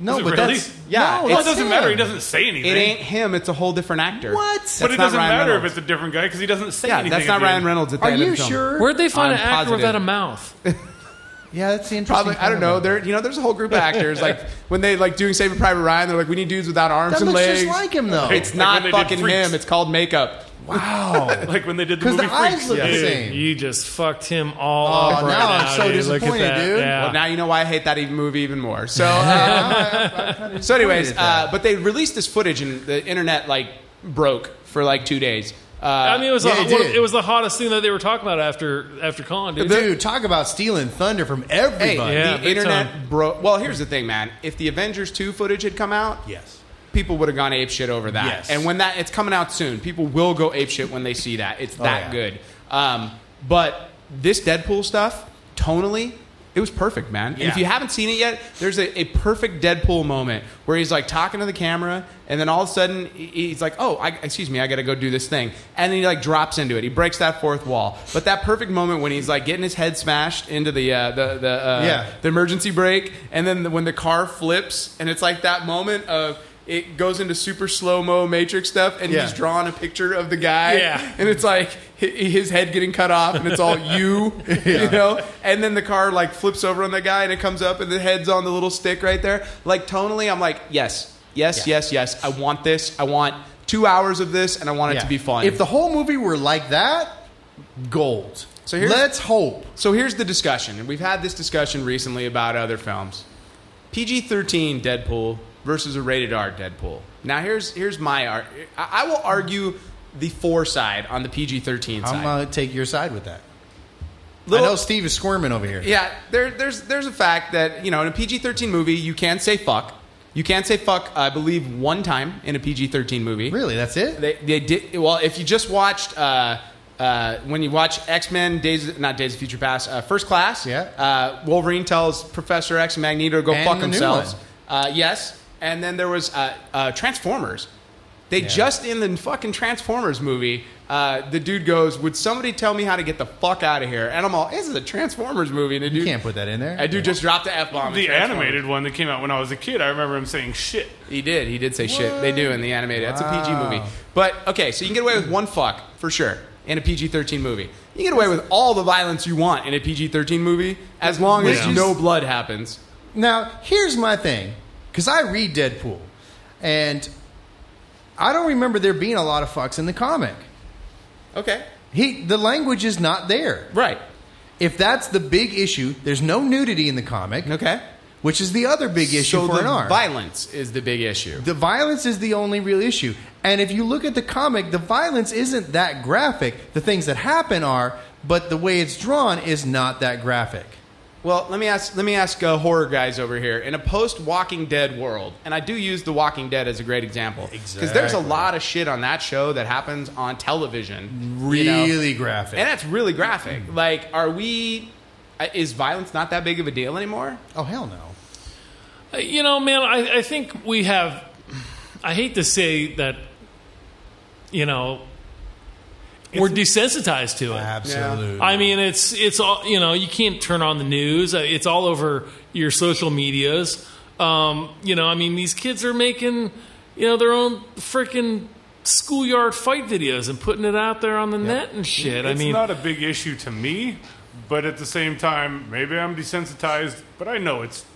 C: No,
B: it
C: but
B: really?
C: that's
A: Yeah,
C: no,
B: well, it
A: it's
B: doesn't
C: him.
B: matter. He doesn't say anything.
A: It ain't him. It's a whole different actor.
C: What?
A: That's
B: but it
A: not
B: doesn't
A: Ryan
B: matter
A: Reynolds.
B: if it's a different guy because he doesn't say
A: yeah,
B: anything.
A: that's not
B: at the
A: Ryan
B: end.
A: Reynolds at the
C: Are
A: end of
C: you
A: the film.
C: sure?
F: Where'd they find
A: I'm
F: an actor
A: positive.
F: without a mouth?
C: Yeah, that's the interesting.
A: Probably, I don't
C: part
A: know.
C: about
A: There,
C: it.
A: you know, there's a whole group of actors. Like when they like doing Saving Private Ryan, they're like, we need dudes without arms
C: that
A: and
C: looks
A: legs.
C: just like him though.
A: it's
B: Like
A: not
B: when they did
A: fucking
B: Freaks.
A: him. It's called makeup.
C: wow.
B: Like when they did the
C: 'Cause
B: movie
C: the eyes
B: Freaks.
C: look the
B: Yeah.
C: same.
F: You just fucked him all
C: Oh,
F: up right
C: now I'm
F: now,
C: so
F: dude. Look at
C: disappointed,
F: that.
C: dude.
F: Yeah.
A: Well, now you know why I hate that even movie even more. So, uh, so anyways, uh, but they released this footage and the internet like broke for like two days. Uh,
F: I mean, it was
C: Yeah,
F: the-
C: it did.
F: it was the hottest thing that they were talking about after after Con, dude.
C: Dude, talk about stealing thunder from everybody.
A: hey,
F: Yeah,
A: the
F: big
A: internet
F: time.
A: broke. Well, here's the thing, man. If the Avengers two footage had come out,
C: Yes.
A: people would have gone ape shit over that.
C: Yes.
A: And when that it's coming out soon, people will go ape shit when they see that. It's
C: Oh,
A: that
C: yeah.
A: good. Um, but this Deadpool stuff, tonally, it was perfect, man. And if
C: Yeah.
A: you haven't seen it yet, there's a, a perfect Deadpool moment where he's like talking to the camera, and then all of a sudden he- he's like, "Oh, I, excuse me, I got to go do this thing," and then he like drops into it. He breaks that fourth wall. But that perfect moment when he's like getting his head smashed into the uh, the the uh,
C: Yeah.
A: the emergency brake, and then the, when the car flips, and it's like that moment of it goes into super slow mo Matrix stuff, and
C: Yeah.
A: he's drawing a picture of the guy,
F: Yeah.
A: and it's like hi- his head getting cut off, and it's all you, you know, and then the car like flips over on the guy, and it comes up, and the head's on the little stick right there. Like tonally, I'm like, yes, yes,
C: Yeah.
A: yes, yes, I want this, I want two hours of this, and I want it
C: Yeah.
A: to be fun.
C: If the whole movie were like that, gold.
A: So here's-
C: let's hope.
A: So here's the discussion, and we've had this discussion recently about other films. PG thirteen Deadpool versus a rated R Deadpool. Now here's here's my ar- I, I will argue the four side on the PG thirteen
C: I'm
A: side.
C: gonna take your side with that.
A: Little-
C: I know Steve is squirming over here.
A: yeah, there, there's there's a fact that you know in a PG thirteen movie you can say fuck. You can say fuck, I believe, one time in a PG thirteen movie.
C: Really, that's it?
A: They, they did well. If you just watched uh, uh, when you watch X Men Days, not Days of Future Past, uh, First Class.
C: Yeah.
A: Uh, Wolverine tells Professor X and Magneto to go
C: And
A: fuck
C: the new
A: themselves.
C: one.
A: Uh, yes, and then there was uh, uh, Transformers. They
C: Yeah.
A: just in the fucking Transformers movie, uh, the dude goes, "Would somebody tell me how to get the fuck out of here?" And I'm all, "This is a Transformers movie." And a
C: You
A: dude,
C: can't put that in there.
A: I do just dropped the f bomb.
B: The animated one that came out when I was a kid, I remember him saying shit.
A: He did. He did say shit. They do in the animated. That's a PG
C: Wow.
A: movie. But okay, so you can get away with one fuck for sure in a PG thirteen movie. You can get away with all the violence you want in a PG thirteen movie as long as
C: Yeah.
A: no blood happens.
C: Now, here's my thing, because I read Deadpool, and I don't remember there being a lot of fucks in the comic.
A: Okay.
C: He, the language is not there.
A: Right.
C: If that's the big issue, there's no nudity in the comic,
A: Okay.
C: which is the other big issue
A: so
C: for
A: the
C: an R.
A: violence is the big issue.
C: the violence is the only real issue. And if you look at the comic, the violence isn't that graphic. The things that happen are, but the way it's drawn is not that graphic.
A: Well, let me ask. Let me ask uh, horror guys over here. In a post Walking Dead world, and I do use The Walking Dead as a great example because there's a
C: Exactly.
A: lot of shit on that show that happens on television. you know?
C: Really graphic.
A: And that's really graphic.
C: Mm-hmm.
A: Like, are we? uh, Is violence not that big of a deal anymore?
C: oh hell no.
F: Uh, You know, man, I, I think we have. I hate to say that, you know, we're desensitized to it.
C: Absolutely.
F: I mean, it's it's all you know. You can't turn on the news. Uh, It's all over your social medias. Um, you know, I mean, these kids are making you know their own freaking schoolyard fight videos and putting it out there on the net and shit. I
B: it's
F: mean,
B: not a big issue to me, but at the same time, maybe I'm desensitized, but I know it's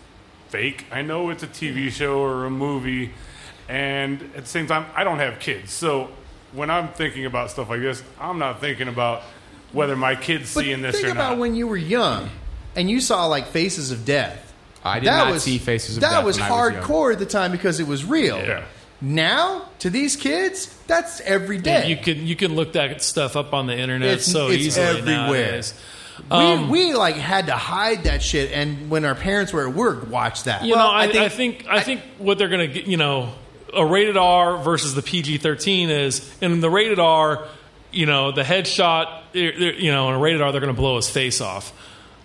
B: fake. I know it's a TV show or a movie, and at the same time, I don't have kids, so when I'm thinking about stuff like this, I'm not thinking about whether my kids
C: But
B: seeing this
C: think
B: or
C: about
B: not.
C: when you were young and you saw like Faces of Death.
A: I did not see Faces of
C: that
A: Death
C: was
A: when I was young.
C: hardcore at the time because it was real.
B: Yeah.
C: Now to these kids, that's every day.
F: You can you can look that stuff up on the internet
C: It's-
F: so
C: it's
F: easily
C: everywhere.
F: nowadays. Um,
C: we, we like had to hide that shit, and when our parents were at work, watch that.
F: You
A: Well,
F: know, I,
A: I
F: I think
A: think-
F: I think, what they're going to get, you know, a rated R versus the PG thirteen is, and the rated R, you know, the headshot, they're- they're- you know, in a rated R, they're going to blow his face off,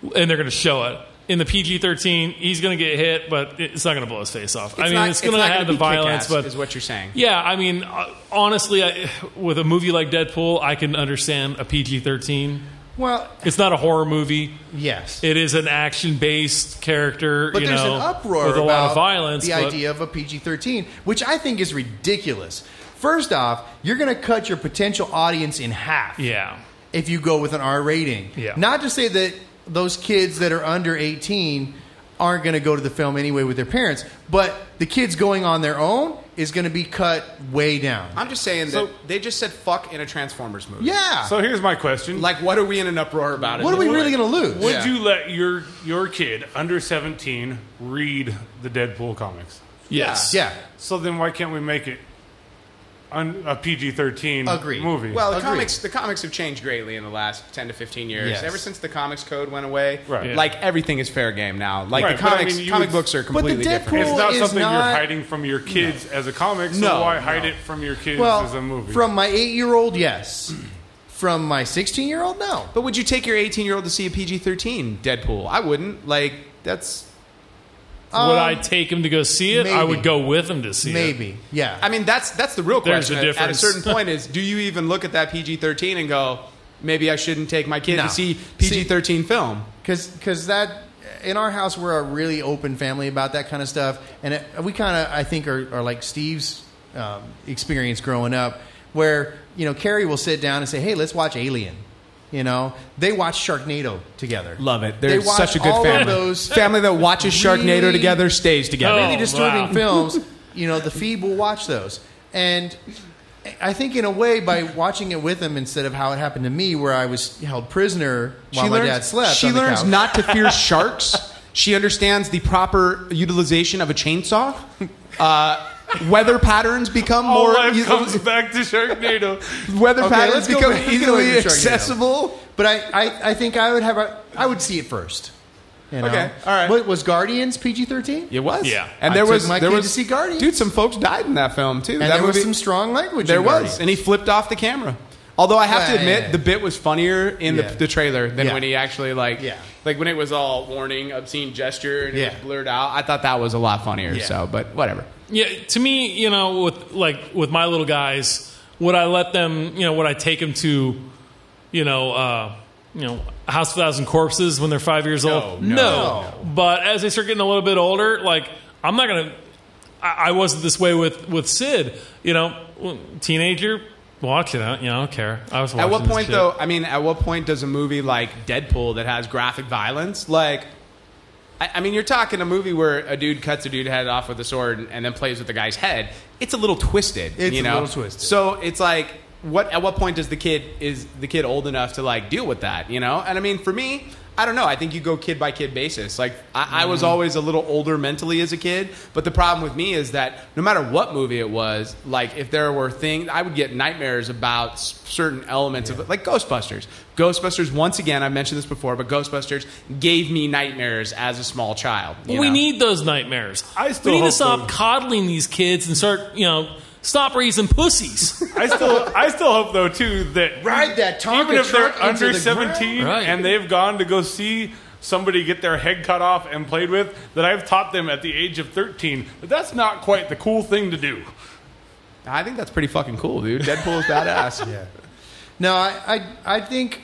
F: and they're going to show it. In the PG thirteen, he's going to get hit, but it's not going to blow his face off. I mean,
A: not-
F: it's going to
A: not gonna
F: have the
A: be kick-ass,
F: violence, but
A: is what you're saying.
F: yeah, I mean, uh, honestly, I, with a movie like Deadpool, I can understand a PG thirteen.
C: Well,
F: It's not a horror movie.
C: yes,
F: It is an action-based character,
C: but
F: you
C: there's
F: know,
C: an uproar
F: with a
C: about
F: lot of violence.
C: the
F: but-
C: idea of a PG-13, which I think is ridiculous. First off, you're going to cut your potential audience in half.
F: Yeah.
C: if you go with an R rating.
F: Yeah.
C: Not to say that those kids that are under 18 aren't going to go to the film anyway with their parents, but the kids going on their own is going to be cut way down.
A: I'm just saying that they just said fuck in a Transformers movie.
C: yeah.
B: So here's my question:
A: Like, what are we in an uproar about?
C: what are
A: at
C: we
A: this
C: really
A: point?
C: going to lose?
B: Would
A: Yeah.
B: you let your your kid under 17 read the Deadpool comics?
F: Yes.
C: Yeah.
B: So then why can't we make it un, a PG-13
C: Agreed.
B: movie?
A: Well, the
C: Agreed.
A: comics the comics have changed greatly in the last ten to fifteen years.
C: Yes.
A: Ever since the comics code went away,
B: Right. Yeah.
A: like everything is fair game now. Like
B: Right,
A: the
B: but I
A: comics,
B: mean, you
A: comic
B: would-
A: books are
C: the
A: completely different.
C: Deadpool-
B: it's not
C: is
B: something
C: not-
B: you're hiding from your kids as a comic, so
A: No,
B: why hide it from your kids as a
C: Well,
B: movie?
C: from my 8-year-old, yes. From my 16-year-old, no.
A: But would you take your eighteen year old to see a PG thirteen Deadpool? I wouldn't. Like that's.
F: Would
C: Um,
F: I take him to go see it? I
C: maybe.
F: would go with him to see it.
C: Maybe. Yeah.
A: I mean, that's that's the real
F: There's
A: question.
F: a
A: At- At a
F: difference.
A: certain point, is do you even look at that PG thirteen and go, maybe I shouldn't take my kid
C: No.
A: to see PG thirteen film?
C: because that in our house we're a really open family about that kind of stuff and it, we kind of i think are, are like steve's um, experience growing up where you know carrie will sit down and say hey let's watch alien you know they watch sharknado together
A: Love it.
C: They
A: They're
C: watch
A: such a good
C: all of
A: family.
C: those
A: family that watches Sharknado
C: really-
A: together stays together.
F: Oh.
C: really disturbing
F: wow.
C: films you know the feeb will watch those and i think in a way by watching it with them instead of how it happened to me where i was held prisoner while my dad slept
A: She
C: on the
A: learns
C: couch.
A: not to fear sharks. She understands the proper utilization of a chainsaw. Uh, weather patterns become
B: All
A: more
B: life
A: eas-
B: comes back to Sharknado.
A: weather
C: Okay,
A: patterns
C: let's go
A: become
C: back- let's get away
A: easily
C: from Sharknado.
A: accessible.
C: But I, I, I think I would have a, I would see it first. You know?
A: Okay, all right.
C: What was Guardians PG thirteen?
A: It was,
F: Yeah.
A: and
C: I
A: there
C: took
A: was
C: my
A: there
C: kid
A: was
C: to see Guardians.
A: Dude, some folks died in that film too.
C: And
A: that
C: there was
A: movie-
C: some strong language.
A: There
C: in
A: was,
C: Guardians.
A: and he flipped off the camera. Although I have to
C: Well,
A: admit,
C: yeah.
A: the bit was funnier in
C: Yeah.
A: the, the trailer than
C: Yeah.
A: when he actually like,
C: Yeah.
A: like when it was all warning, obscene gesture, and
C: Yeah.
A: it was blurred out. I thought that was a lot funnier.
C: Yeah.
A: So, but whatever.
F: Yeah. To me, you know, with like with my little guys, would I let them? You know, would I take them to, you know, uh, you know, House of a Thousand Corpses when they're five years old?
A: no,
F: But as they start getting a little bit older, like I'm not gonna. I, I wasn't this way with with Sid. You know, teenager, watch it. I don't- You know, I don't care. I was.
A: At
F: watching
A: what
F: this
A: point,
F: shit.
A: though? I mean, at what point does a movie like Deadpool that has graphic violence, like, I, I mean, you're talking a movie where a dude cuts a dude head off with a sword and, and then plays with the guy's head. It's a little twisted.
C: It's
A: you
C: a
A: know?
C: little twisted.
A: So it's like, what? At what point does the kid is the kid old enough to like deal with that? You know? And I mean, for me. I don't know. I think you go kid by kid basis. Like I, I was
F: Mm.
A: always a little older mentally as a kid, but the problem with me is that no matter what movie it was, like if there were things, I would get nightmares about s- certain elements of it, like Ghostbusters. Ghostbusters, once again, I've mentioned this before, but Ghostbusters gave me nightmares as a small child. you
F: we
A: know?
F: need those nightmares.
B: I still
F: we need to
B: hope
F: stop
B: so.
F: coddling these kids and start, you know, stop raising pussies.
B: I still, I still hope though too that
C: Ride that Tonka
B: even if they're
C: truck into
B: under
C: the
B: seventeen
F: ground. Right.
B: and they've gone to go see somebody get their head cut off and played with, that I've taught them at the age of thirteen that that's not quite the cool thing to do.
A: I think that's pretty fucking cool, dude. Deadpool is badass.
C: Yeah. No, I, I I think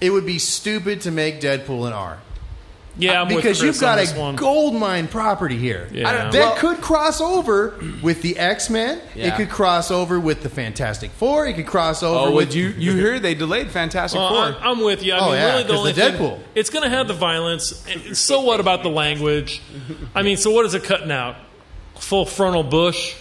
C: it would be stupid to make Deadpool an R
F: yeah, I'm with
C: because
F: Chris
C: you've got
F: on this
C: a
F: one.
C: gold mine property here.
F: Yeah. I don't-
C: that
A: well-
C: could cross over with the X Men. It
A: Yeah.
C: could cross over with the Fantastic Four. It could cross over
A: Oh,
C: with
A: would you? You hear they delayed Fantastic
F: Well,
A: Four?
F: I'm, I'm with you. I
C: Oh,
F: mean,
C: yeah,
F: really, the
C: 'cause
F: only
C: the
F: thing-
C: Deadpool.
F: it's going to have the violence. And So what about the language? I mean, so what is it cutting out? Full frontal bush.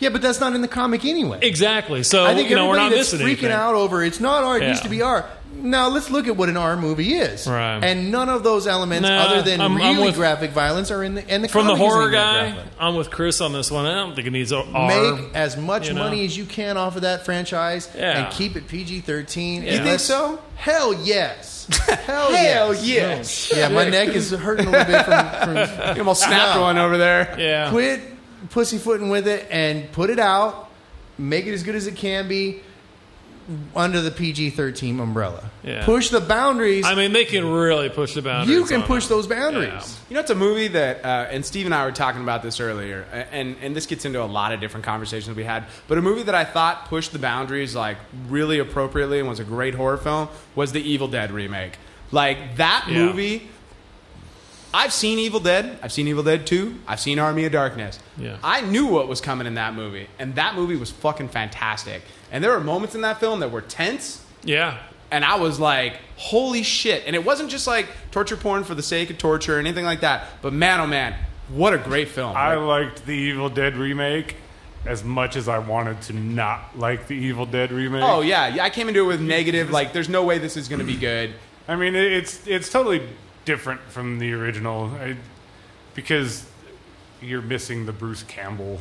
C: Yeah, but that's not in the comic anyway.
F: Exactly. So
C: I think
F: you know, we're
C: everybody
F: not
C: that's
F: missing
C: freaking
F: anything.
C: out over it's not art. It used
F: Yeah.
C: to be art. Now let's look at what an R movie is.
F: Right.
C: And none of those elements,
F: Nah,
C: other than
F: I'm-
C: really
F: I'm with-
C: graphic violence, are in the and the
F: From the
C: comic isn't
F: horror
C: even that
F: guy,
C: graphic.
F: I'm with Chris on this one. I don't think it needs a R.
C: Make as much
F: you know?
C: money as you can off of that franchise
F: Yeah.
C: and keep it PG thirteen.
F: You think
A: so?
C: Hell yes. Hell,
A: Hell
C: yes.
A: yes.
C: Yeah, my neck is hurting a little bit from, from
A: You almost snapped one over there.
F: yeah.
C: quit pussyfooting with it and put it out. Make it as good as it can be under the PG thirteen umbrella.
F: Yeah.
C: Push the boundaries.
F: I mean, they can really push the boundaries.
C: you can
F: on
C: push
F: it.
C: those boundaries.
F: Yeah.
A: You know, it's a movie that, uh, and Steve and I were talking about this earlier, a- and, and this gets into a lot of different conversations we had, but a movie that I thought pushed the boundaries, like, really appropriately and was a great horror film was the Evil Dead remake. Like, that
F: Yeah.
A: movie, I've seen Evil Dead, I've seen Evil Dead 2, I've seen Army of Darkness.
F: Yeah.
A: I knew what was coming in that movie, and that movie was fucking fantastic. And there were moments in that film that were tense,
F: Yeah.
A: and I was like, holy shit. And it wasn't just like torture porn for the sake of torture or anything like that. But man, oh man, what a great film.
B: I
A: Like,
B: liked the Evil Dead remake as much as I wanted to not like the Evil Dead remake.
A: oh, yeah. yeah, I came into it with negative, like, there's no way this is going to be good.
B: I mean, it- it's it's totally different from the original I, because you're missing the Bruce Campbell.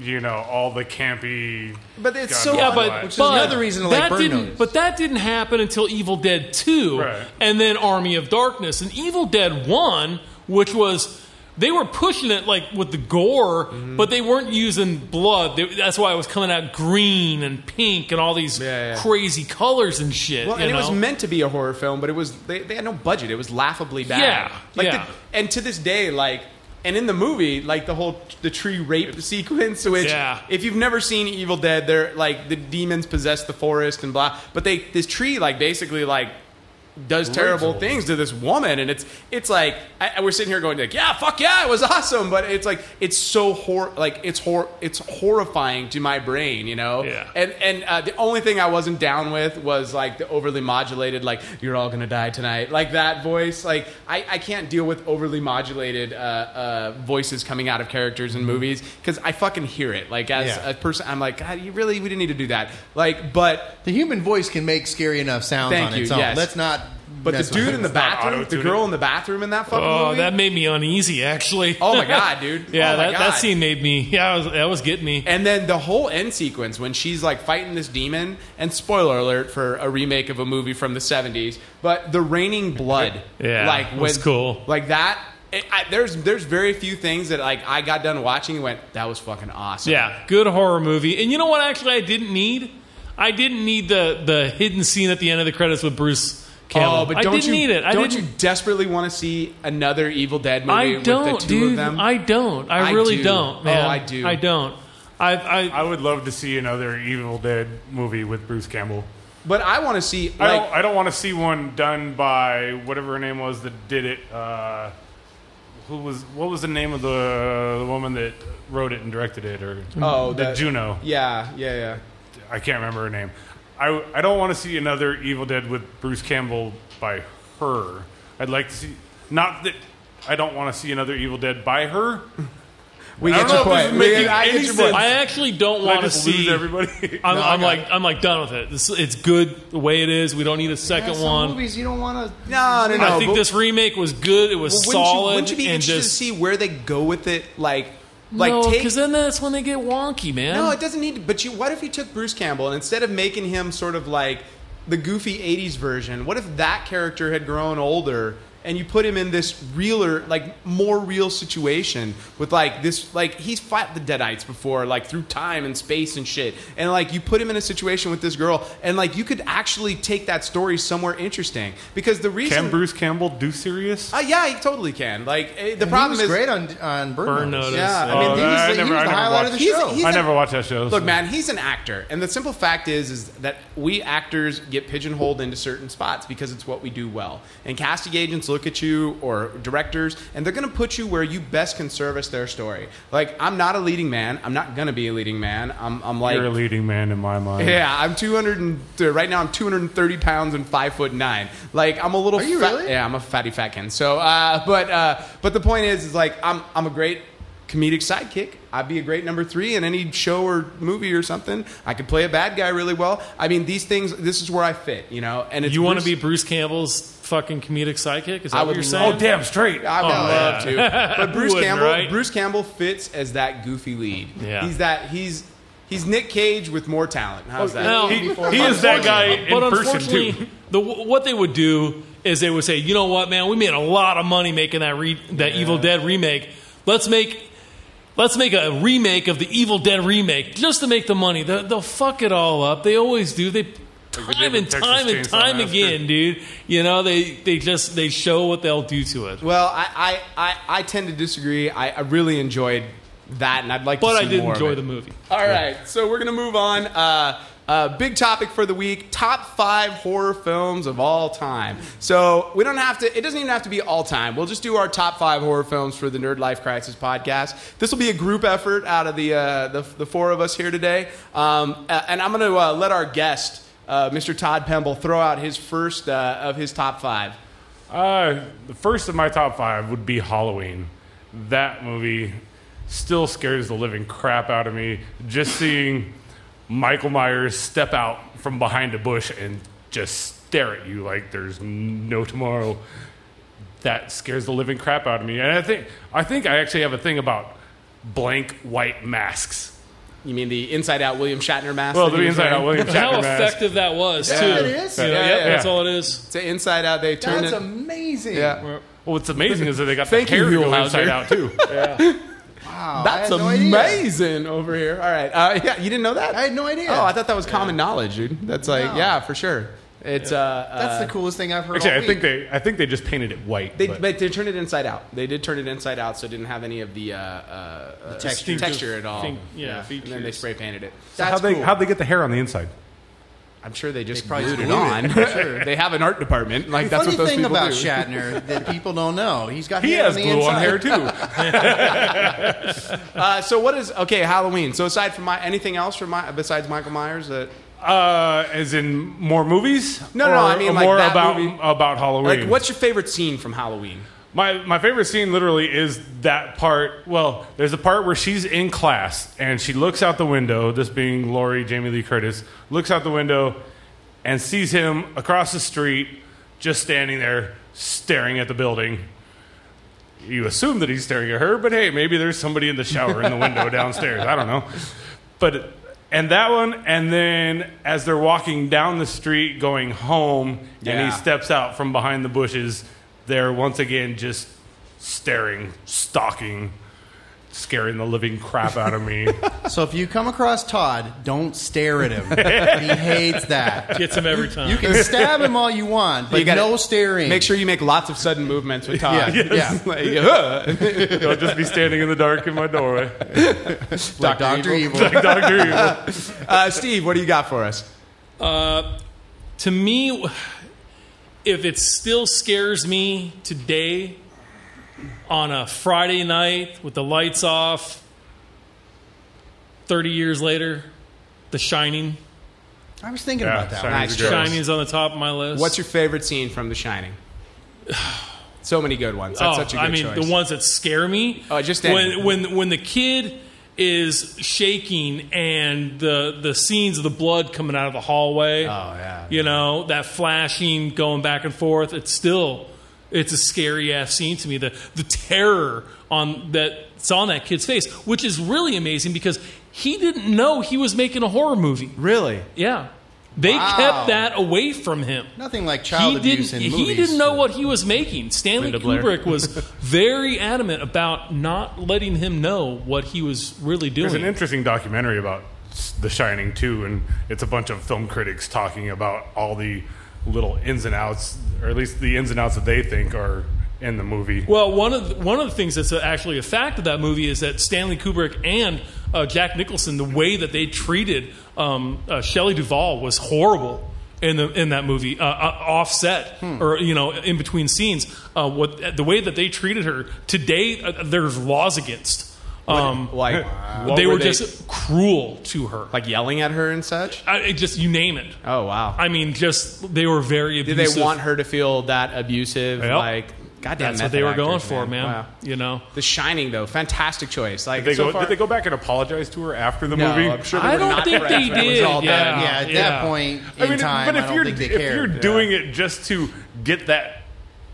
B: You know, all the campy.
A: But it's
B: God
A: so-
B: knows
F: Yeah, but,
B: what.
F: but
C: another reason to like
F: that
C: Burn
F: didn't,
C: Notice.
F: But that didn't happen until Evil Dead Two,
B: Right.
F: and then Army of Darkness, and Evil Dead One, which was they were pushing it like with the gore,
A: Mm-hmm.
F: but they weren't using blood. They, that's why it was coming out green and pink and all these
A: Yeah, yeah.
F: crazy colors and shit.
A: Well,
F: you
A: and it was
F: know?
A: meant to be a horror film, but it was they, they had no budget. It was laughably bad.
F: Yeah,
A: like
F: yeah.
A: The, and to this day, like and in the movie, like the whole the tree rape sequence, which
F: Yeah.
A: if you've never seen Evil Dead, they're like the demons possess the forest and blah. But they this tree like basically like does terrible things to this woman, and it's it's like I, I- we're sitting here going like yeah fuck yeah it was awesome, but it's like it's so hor like it's hor it's horrifying to my brain, you know.
F: Yeah.
A: And and uh, the only thing I wasn't down with was like the overly modulated, like "You're all gonna die tonight," like that voice. Like I, I can't deal with overly modulated uh, uh, voices coming out of characters in movies because I fucking hear it. Like as
C: Yeah.
A: a person, I'm like, God, you really we didn't need to do that. Like, but
C: The human voice can make scary enough sounds
A: Thank
C: on
A: you,
C: its own.
A: yes.
C: Let's not.
A: but
C: mess
A: the
C: with
A: dude
C: it.
A: in the
B: It's not
A: bathroom, the
B: auto-tuning.
A: girl in the bathroom in that fucking
F: Oh,
A: movie.
F: that made me uneasy, actually.
A: Oh my God, dude.
F: yeah,
A: Oh my
F: that, that
A: God.
F: scene made me. Yeah, I was, that was getting me.
A: And then the whole end sequence when she's like fighting this demon, and spoiler alert for a remake of a movie from the 70s, but the raining blood.
F: Yeah,
A: Like
F: was cool.
A: Like that. It, I, there's there's very few things that like I got done watching and went, that was fucking awesome. Oh,
F: Yeah, good horror movie. And you know what? Actually, I didn't need. I didn't need the the hidden scene at the end of the credits with Bruce Campbell.
A: Oh, but don't
F: I didn't
A: you
F: need it. I
A: don't
F: didn't.
A: you desperately want to see another Evil Dead movie
F: I don't,
A: with the two
F: dude.
A: of them?
F: I don't. I,
A: I
F: really
A: do.
F: not man.
A: Oh, I do.
F: I don't. I. I,
B: I would love to see another Evil Dead movie with Bruce Campbell.
A: but I want to see like
B: I don't. I don't want to see one done by whatever her name was that did it. Uh, who was? What was the name of the, the woman that wrote it and directed it? Or
A: oh
B: the Juno?
A: Yeah, yeah, yeah.
B: I can't remember her name. I I don't want to see another Evil Dead with Bruce Campbell by her. I'd like to see. Not that I don't want to see another Evil Dead by her.
A: We
B: I don't
A: get your
B: know if
A: point.
B: this is
A: We-
B: making
A: I
B: any
A: get your point.
B: sense.
F: I actually don't
B: I
F: want to
B: just
F: see.
B: lose everybody.
F: I'm,
A: No, I
F: I'm
A: got
F: like
A: it.
F: I'm like done with it. This, it's good the way it is. We don't need a second
C: some
F: one.
C: movies you don't want to.
A: No, no, no.
F: I think
A: but-
F: this remake was good. It was
A: Well, wouldn't
F: solid
A: You, wouldn't you be
F: and
A: interested
F: just
A: to see where they go with it? Like, like
F: no,
A: take.
F: because then that's when they get wonky, man.
A: no, it doesn't need. to But you, what if you took Bruce Campbell and instead of making him sort of like the goofy '80s version, what if that character had grown older? And you put him in this realer, like more real situation with like this, like he's fought the Deadites before, like through time and space and shit. And like you put him in a situation with this girl, and like you could actually take that story somewhere interesting. Because the reason,
B: Can Bruce Campbell do serious?
A: Uh, yeah, he totally can. Like eh, the
C: The
A: problem is,
C: problem is great on on Burn,
F: Burn
C: Notice.
F: notice.
A: Yeah, I
B: Oh,
A: mean, he was-
B: I never- I
C: he was the
B: never
C: highlight of
B: watched-
C: the
A: He's-
C: show.
A: he's
B: I
A: a-
B: never watch that show. so-
A: Look, man, he's an actor, and the simple fact is, is that we actors get pigeonholed into certain spots because it's what we do well. And casting agents look at you or directors, and they're going to put you where you best can service their story. Like, I'm not a leading man. I'm not going to be a leading man. I'm, I'm like,
B: You're a leading man in my mind.
A: yeah, I'm 200 and uh, right now I'm 230 pounds and five foot nine. Like I'm a little.
C: Are you
A: fat,
C: really?
A: Yeah, I'm a fatty fat can. So, uh, but uh, but the point is, is like I'm I'm a great comedic sidekick. I'd be a great number three in any show or movie or something. I could play a bad guy really well. I mean, these things. This is where I fit, you know. And it's
F: You want to
A: Bruce-
F: be Bruce Campbell's fucking comedic sidekick? Is that
A: I
F: what
A: would
F: you're
A: love
F: saying?
B: Oh, damn straight.
A: I would love to. But Bruce
F: Wouldn't,
A: Campbell,
F: right?
A: Bruce Campbell fits as that goofy lead.
F: Yeah.
A: he's that. He's he's Nick Cage with more talent. How's that?
F: Now,
B: He, he is that guy in
F: but
B: person
F: Oh, unfortunately,
B: too.
F: the what they would do is they would say, you know what, man, we made a lot of money making that re- that Evil Dead remake. Let's make let's make a remake of the Evil Dead remake just to make the money. They'll, they'll fuck it all up. They always do. They time
B: with
F: and
B: Texas
F: time and
B: Chainsaw
F: time
B: Massacre.
F: again, dude. You know they they just they show what they'll do to it.
A: Well, I, I, I, I tend to disagree. I, I really enjoyed that, and I'd like
F: But
A: to see
F: I did
A: more of
F: enjoy
A: it.
F: the movie.
A: All right, so we're gonna move on. Uh, uh, big topic for the week: top five horror films of all time. So we don't have to. It doesn't even have to be all time. We'll just do our top five horror films for the Nerd Life Crisis podcast. This will be a group effort out of the uh, the, the four of us here today. Um, a- and I'm gonna uh, let our guest, uh, Mr. Todd Pemble, throw out his first uh, of his top five.
B: Uh, the first of my top five would be Halloween. That movie still scares the living crap out of me. Just seeing Michael Myers step out from behind a bush and just stare at you like there's no tomorrow. That scares the living crap out of me. And I think I think I actually have a thing about blank white masks.
A: You mean the Inside Out William Shatner mask?
B: Well,
A: that he
B: the
A: was
B: inside out
A: wearing?
B: William Shatner
F: How
B: mask.
F: effective that was too.
C: it is.
F: You know,
A: Yeah,
F: yep,
A: yeah.
F: that's all it is.
A: It's an Inside Out. They turned
C: That's
A: it.
C: amazing.
A: yeah.
B: Well, what's amazing is that they got
A: Thank
B: the
A: you,
B: hair to
A: Huell
B: go inside
A: Hauser.
B: out too.
C: Wow, I
A: That's
C: had no idea.
A: amazing over here. All right. Uh, yeah, you didn't know that?
C: I had no idea.
A: Oh, I thought that was common knowledge, dude. That's like,
C: No.
A: yeah, for sure. It's uh,
C: That's
A: uh,
C: the coolest thing I've heard.
B: Actually,
C: all
B: I think
C: week.
B: they I think they just painted it white.
A: they,
B: but-
A: but they turned it inside out. They did turn it inside out, so it didn't have any of the, uh, uh, uh,
C: texture.
A: texture at all.
F: Think- yeah,
A: and then they
F: features.
A: spray painted it.
C: That's
B: how they
C: cool.
B: how they get the hair on the inside?
A: I'm sure they just
C: probably
A: glued it
C: glued it,
A: on.
C: for sure.
A: They have an art department. Like that's what
C: Funny
A: those
C: thing
A: people
C: about
A: do.
C: Shatner that people don't know, he's got
B: He
C: hair
B: has
C: on the
B: blue
C: inside.
B: on hair too.
A: Uh, so what is okay Halloween? So aside from my anything else from my besides Michael Myers that
B: Uh, as in more movies?
A: No, no, no, I
B: Or
A: mean, like,
B: more
A: that
B: about
A: movie.
B: about Halloween.
A: like what's your favorite scene from Halloween?
B: my my favorite scene literally is that part. Well, there's a part where she's in class and she looks out the window. This being Laurie Jamie Lee Curtis looks out the window and sees him across the street, just standing there staring at the building. You assume that he's staring at her, but hey, maybe there's somebody in the shower in the window downstairs. I don't know. But and that one, and then as they're walking down the street going home, and
A: Yeah.
B: he steps out from behind the bushes, they're once again just staring, stalking, scaring the living crap out of me.
C: So if you come across Todd, don't stare at him. he hates that.
F: Gets him every time.
C: You can stab him all you want, but
A: You gotta
C: no staring.
A: Make sure you make lots of sudden movements with
C: Yeah,
A: Todd.
C: yeah.
A: Like, "Huh."
B: I'll just be standing in the dark in my doorway,
C: like
A: Dr.
C: Dr. Evil.
B: like Doctor Evil.
A: Uh, Steve, what do you got for us?
F: Uh, to me, if it still scares me today on a Friday night with the lights off, 30 years later, The Shining.
C: I was thinking
B: Yeah,
C: about that.
B: sorry.
C: one.
A: Nice
B: Gross.
A: choice.
F: Shining is on the top of my list.
A: What's your favorite scene from The Shining? So many good ones. That's
F: oh,
A: such a good
F: I mean,
A: choice.
F: the ones that scare me.
A: Oh, just any.
F: when when when the kid is shaking and the the scenes of the blood coming out of the hallway. Oh
A: yeah.
F: You know that flashing going back and forth. It's still it's a scary ass scene to me. The the terror on that's on that kid's face, which is really amazing because he didn't know he was making a horror movie.
A: really?
F: Yeah. They
C: Wow.
F: kept that away from him.
C: Nothing like child
F: he
C: abuse
F: didn't,
C: in
F: He
C: movies.
F: didn't know what he was making. Stanley
B: Linda Blair.
F: Kubrick was very adamant about not letting him know what he was really
B: There's an
F: doing.
B: interesting documentary about s- The Shining too, and it's a bunch of film critics talking about all the little ins and outs, or at least the ins and outs that they think are in the movie.
F: Well, one of the, one of the things that's actually a fact of that movie is that Stanley Kubrick and uh, Jack Nicholson, the way that they treated um, uh, Shelley Duvall was horrible in the in that movie, uh, uh, offset or you know in between scenes. Uh, what the way that they treated her today, uh, there's laws against. Um,
A: Like, what
F: they were,
A: they-
F: just cruel to her.
A: like yelling at her and such.
F: I, it just you name it.
A: Oh wow!
F: I mean, just they were very
A: Did
F: abusive.
A: they want her to feel that abusive?
B: Yep.
A: Like Goddamn,
F: That's what
A: method
F: they were
A: actors,
F: going for, man.
A: Wow.
F: You know,
A: The Shining, though, fantastic choice. Like
B: They
A: so
B: go,
A: far,
B: did they go back and apologize to her after the
A: No,
B: movie?
A: I'm sure they
F: I
A: were
F: don't
A: not
F: think
A: friends
F: they
A: when it was
F: did.
A: all done.
F: Yeah,
C: yeah, at
F: yeah.
C: that point in
B: I mean,
C: time,
B: but if
C: I don't
B: you're
C: think they
B: if
C: cared.
B: you're doing it just to get that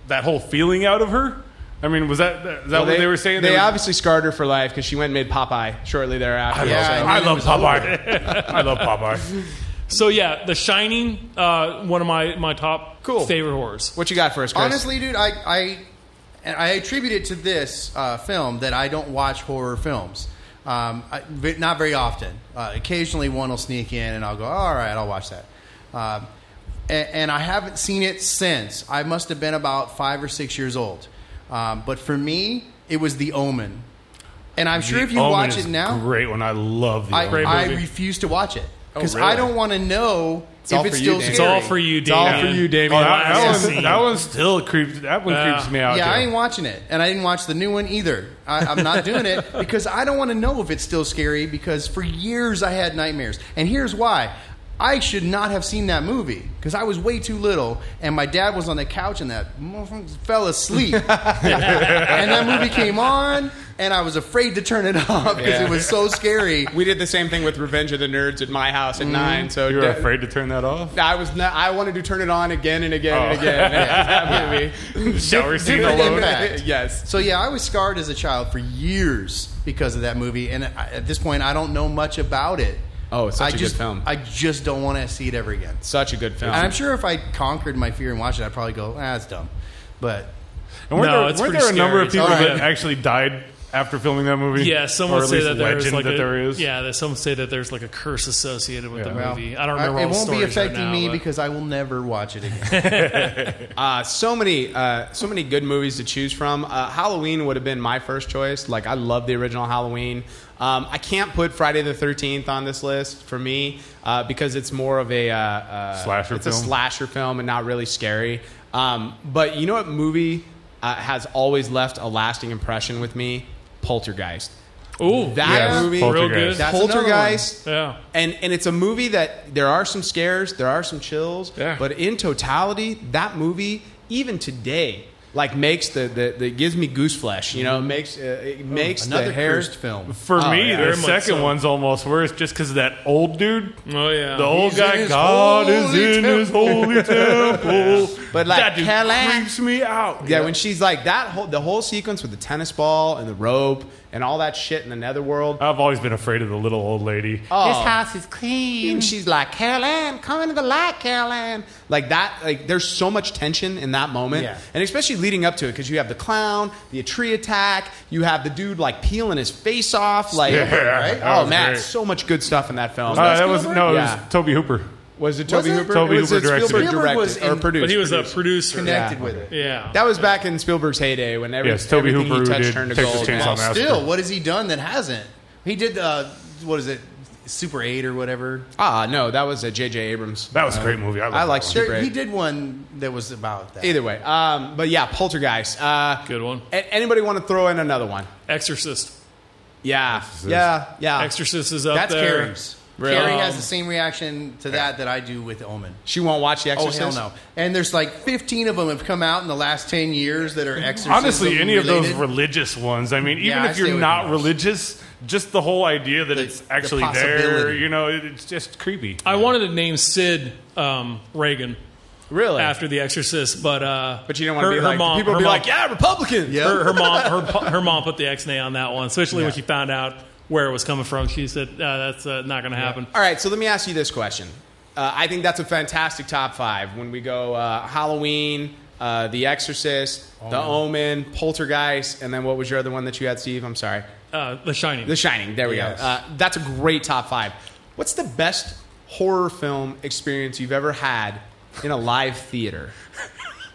B: that whole feeling out of her, I mean, was that that, is that
A: Well,
B: what they, were saying?
A: They,
B: were-
A: obviously scarred her for life because she went and made Popeye shortly thereafter.
C: Yeah,
A: so-
C: I
B: I
C: mean, it
B: love
C: was
B: Popeye. I love Popeye.
F: so yeah, The Shining, uh, one of my my top
A: Cool.
F: favorite horrors.
A: What you got for us, Chris?
C: Honestly, dude, I I and I attribute it to this uh, film that I don't watch horror films. Um, I, ve- not very often. Uh, occasionally, one will sneak in, and I'll go, "All right, I'll watch that." Um, and, and I haven't seen it since. I must have been about five or six years old. Um, but for me, it was The Omen. And I'm sure
B: The
C: if you
B: Omen
C: watch
B: is
C: it now,
B: great one. I love the
C: I,
B: Omen.
C: I refuse to watch it because
A: really?
C: I don't want to know
A: all
C: if
A: for
C: it's
A: you,
C: still
A: Dan.
C: scary.
F: Oh, It's all for you,
A: It's all
F: Damien.
A: for you,
B: Oh,
A: Damien.
B: that,
F: Yeah.
B: that
F: Yeah.
B: one, that one still creeps. That one
F: Yeah.
B: creeps me out.
C: Yeah, I
B: dude.
C: ain't watching it, and I didn't watch the new one either. I, I'm not doing it because I don't want to know if it's still scary. Because for years I had nightmares, and here's why: I should not have seen that movie because I was way too little, and my dad was on the couch, and that motherfucker fell asleep, and that movie came on, and I was afraid to turn it off because
A: Yeah.
C: it was so scary.
A: we did the same thing with Revenge of the Nerds at my house at nine. So
B: You were
A: de-
B: afraid to turn that off.
A: I was. Not, I wanted to turn it on again and again and
B: Oh.
A: again. that movie.
B: Shower scene
C: different
B: alone.
C: impact.
A: yes.
C: So yeah, I was scarred as a child for years because of that movie, and I, at this point, I don't know much about it.
A: Oh, it's such
C: I
A: a good
C: just,
A: film.
C: I just don't want to see it ever again.
A: Such a good film.
C: And I'm sure if I conquered my fear and watched it, I'd probably go, "Ah, it's dumb." But
B: And weren't
F: No,
B: there,
F: it's
B: weren't
F: pretty
B: there a number of
F: scary.
B: people
F: It's
B: that
F: alright.
B: actually died after filming that movie?
F: Yeah, some
B: Or
F: would
B: at
F: say
B: least
F: that there's
B: legend
F: like
B: that
F: a,
B: there is.
F: Yeah, there's some say that there's like a curse associated with the
B: Yeah.
F: movie. I don't remember.
C: I-
F: all
C: it
F: the
C: won't be
F: stories right
C: affecting
F: now,
C: me
F: but-
C: because I will never watch it again.
A: Uh, so many, uh, so many good movies to choose from. Uh, Halloween would have been my first choice. Like I love the original Halloween. Um, I can't put Friday the Thirteenth on this list for me uh, because it's more of a uh, uh,
B: Slasher
A: It's a
B: film?
A: slasher film and not really scary. Um, but you know what movie uh, has always left a lasting impression with me? Poltergeist.
F: Ooh,
A: That
C: Yes.
A: movie,
F: real
B: Poltergeist.
F: good.
C: That's another
A: Poltergeist.
F: yeah.
A: And and it's a movie that there are some scares, there are some chills,
B: Yeah.
A: but in totality, that movie even today like makes the the, the gives me goose flesh. You know, it makes uh, it makes
C: Oh, Another
A: the hair.
C: cursed film.
B: For
A: Oh,
B: me,
A: yeah.
B: the
F: Very much
B: second
F: so.
B: one's almost worse, just because of that old dude.
F: Oh yeah.
B: The old
C: He's in
B: guy,
C: his
B: God is
C: holy
B: in his holy temple.
A: But like
B: that dude
A: Kellan-
B: creeps me out.
A: Yeah, when she's like that whole the whole sequence with the tennis ball and the rope and all that shit in the netherworld.
B: I've always been afraid of the little old lady. Uh,
A: Oh.
G: house is clean.
A: and she's like, Carol Ann, come into the light, Carol Ann. Like that, like there's so much tension in that moment.
C: Yeah.
A: And especially leading up to it, because you have the clown, the tree attack, you have the dude like peeling his face off. Like,
B: right? That
A: oh
B: was
A: man,
B: great.
A: so much good stuff in that film.
B: Uh, that was no, it
A: Yeah.
B: was Toby Hooper.
A: was it
C: Was
A: Toby
C: it?
A: Hooper?
B: Tobe
A: It was
B: Hooper
A: it
B: directed
A: Spielberg
B: it.
C: Spielberg
A: directed
C: was
A: or
C: in-
A: produced.
F: But he was a
A: produced.
F: producer.
C: Connected
A: Yeah.
C: with it.
F: Yeah.
A: That was back in Spielberg's heyday when every,
B: Yes, Tobe
A: everything
B: Hooper
A: he
B: who
A: touched
B: did
A: turned to
B: Texas
A: gold.
B: Chainsaw
A: Well,
B: Massacre.
C: Still, what has he done that hasn't? He did uh, what is it, Super Eight or whatever.
A: Ah, no, that was a J.J. Abrams.
B: That was a great movie. I,
A: I like
B: like.
A: Super
C: There,
A: 8.
C: he did one that was about that.
A: Either way, um, but yeah, Poltergeist. Uh,
F: Good one.
A: a- anybody want to throw in another one?
F: Exorcist.
A: Yeah, yeah, yeah.
F: Exorcist is up
C: That's
F: there.
C: Carrie's.
A: Really? Oh.
C: Carrie
F: Um,
C: has the same reaction to that that I do with Omen.
A: She won't watch The
C: Oh
A: Exorcist.
C: hell no! And there's like 15 of them have come out in the last 10 years that are exorcism.
B: Honestly, any of those
C: related.
B: religious ones. I mean, even
C: Yeah, I
B: if
C: stay
B: you're
C: away
B: not
C: from those.
B: religious, just the whole idea that
C: The-
B: it's
C: the
B: actually there,
C: possibility.
B: you know, it, it's just creepy.
F: I wanted to name Sid um, Reagan
A: Really?
F: after The Exorcist, but uh,
A: but you don't want to
F: her-
A: be
F: her
A: like
F: mom-
A: people
F: her
A: be
F: mom-
A: like, yeah, Republicans.
C: Yeah.
F: her, her mom her, pa- her mom put the X nay on that one, especially when she found out where it was coming from. She said uh, that's uh, not going to happen.
A: All right, so let me ask you this question. Uh, I think that's a fantastic top five when we go uh, Halloween, uh, The Exorcist,
F: Oh,
A: The Omen, Poltergeist, and then what was your other one that you had, Steve? I'm sorry,
F: Uh, the Shining.
A: The Shining. There we
C: Yes.
A: go. Uh, that's a great top five. What's the best horror film experience you've ever had in a live theater?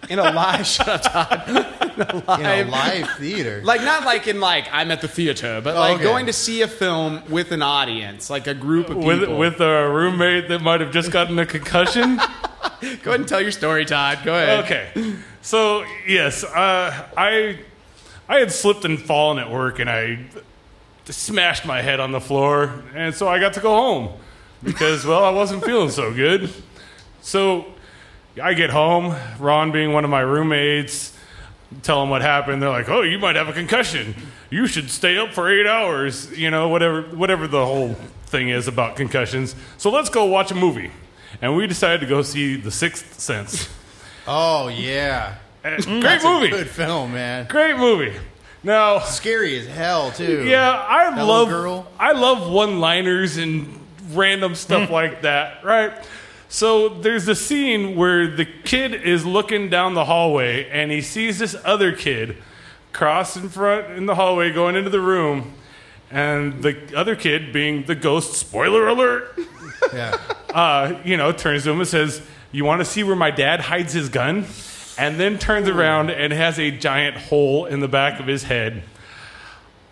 A: In a live, shut up, Todd.
C: in a live theater.
A: Like not like in like I'm at the theater, but like
C: Okay.
A: going to see a film with an audience, like a group of people.
B: with with a roommate that might have just gotten a concussion.
A: Go ahead and tell your story, Todd. Go ahead.
B: okay, so yes, uh, I I had slipped and fallen at work, and I smashed my head on the floor, and so I got to go home because well, I wasn't feeling so good. So I get home, Ron being one of my roommates. tell them what happened. They're like, "Oh, you might have a concussion. You should stay up for eight hours." You know, whatever whatever the whole thing is about concussions. So let's go watch a movie, and we decided to go see The Sixth Sense.
C: Oh yeah,
B: And great
C: That's a
B: movie,
C: good film, man.
B: great movie. Now,
C: Scary as hell too.
B: yeah, I
C: Hello,
B: love
C: girl.
B: I love one-liners and random stuff
C: Hmm.
B: like that, right? So there's a scene where the kid is looking down the hallway and he sees this other kid cross in front in the hallway going into the room and the other kid being the ghost spoiler alert
C: yeah.
B: uh, you know, turns to him and says, "You want to see where my dad hides his gun?" And then turns around and has a giant hole in the back of his head.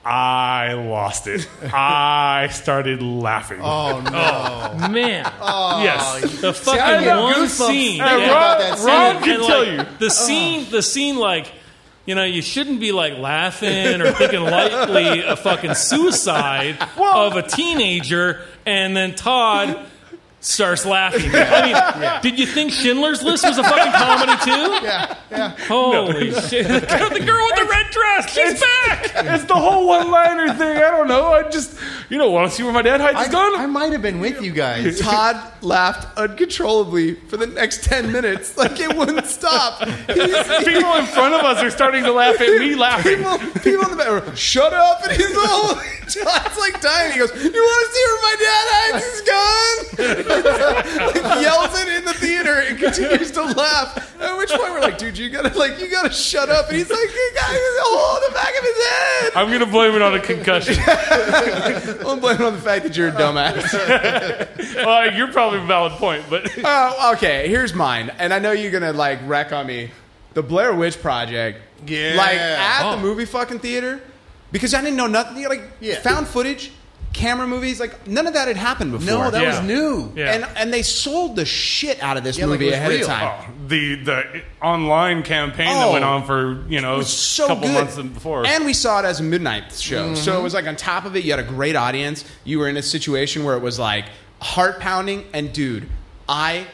B: I lost it. I started laughing.
C: Oh no.
F: Man,
A: oh,
B: yes.
F: the fucking
C: I got
F: one
C: goosebumps
F: scene.
C: thinking
B: And Ron,
C: Yeah. About that scene.
B: Ron can
F: And,
B: tell
F: like,
B: you.
F: the scene. The scene, like you know, you shouldn't be like laughing or thinking lightly a fucking suicide of a teenager, and then Todd. Starts laughing. I mean, did you think Schindler's List was a fucking comedy too?
C: Yeah. Yeah.
F: Holy shit! The girl, the girl with the red dress, she's back.
B: It's the whole one-liner thing. I don't know. I just, you know, want to see where my dad hides
C: I,
B: his gun.
C: I might have been with you guys.
A: Todd laughed uncontrollably for the next 10 minutes. Like, it wouldn't stop. He's,
B: People in front of us are starting to laugh at me laughing.
A: people, people in the back were, shut up. And he's all, Todd's like dying. He goes, you want to see where my dad hides his gun? like, yells it in the theater and continues to laugh. At which point we're like, dude, you gotta, like, you gotta shut up. And he's like, you got a hole in the back of his head.
B: I'm gonna blame it on a concussion.
A: I'm blaming it on the fact that you're a dumbass.
B: well, you're probably a valid point, but
A: Oh, okay. Here's mine, and I know you're gonna like wreck on me. The Blair Witch Project.
C: Yeah.
A: Like at
F: Oh.
A: the movie fucking theater, because I didn't know nothing. Like
C: Yeah.
A: found footage, camera movies, like none of that had happened before.
C: No, that
B: Yeah.
C: was new.
B: Yeah.
A: And and they sold the shit out of this
C: Yeah, like
A: movie
C: it was
A: ahead
C: real.
A: of time.
B: Oh, the the online campaign that
A: Oh.
B: went on for you know
A: It was so
B: couple
A: good.
B: months before.
A: And we saw it as a midnight show.
C: Mm-hmm.
A: So it was like on top of it, you had a great audience. You were in a situation where it was like heart pounding. And dude, I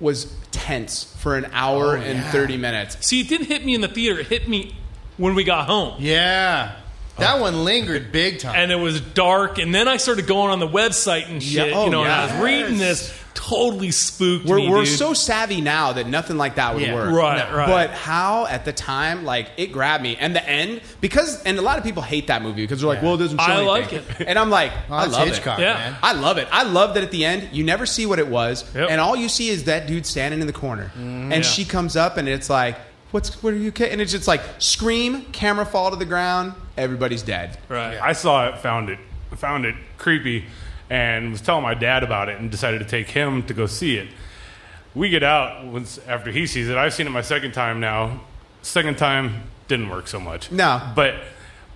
A: was tense for an hour
C: Oh,
A: and 30 minutes.
F: See, it didn't hit me in the theater. It hit me when we got home.
C: Yeah. That one lingered big time.
F: and it was dark. And then I started going on the website and shit.
A: Yeah, oh,
F: you know,
A: yeah.
F: and I was reading this, totally spooked
A: We're,
F: me.
A: we're
F: dude.
A: so savvy now that nothing like that would
C: Yeah.
A: work.
F: Right, right.
A: But how at the time, like it grabbed me, and the end because and a lot of people hate that movie because they're like,
C: Yeah.
A: well, it doesn't. Show
F: I like
A: anything."
F: it.
A: and I'm like,
C: Well,
A: I
C: that's
A: love
C: Hitchcock,
A: it.
F: Yeah.
C: man.
A: I love it. I love that at the end, you never see what it was,
F: Yep.
A: and all you see is that dude standing in the corner, and she comes up, and it's like, what's what are you? ca-" And it's just like scream, camera fall to the ground, everybody's dead.
F: right.
B: I saw it, found it, found it creepy, and was telling my dad about it, and decided to take him to go see it. We get out once after he sees it. I've seen it my second time now. Second time didn't work so much.
A: No.
B: but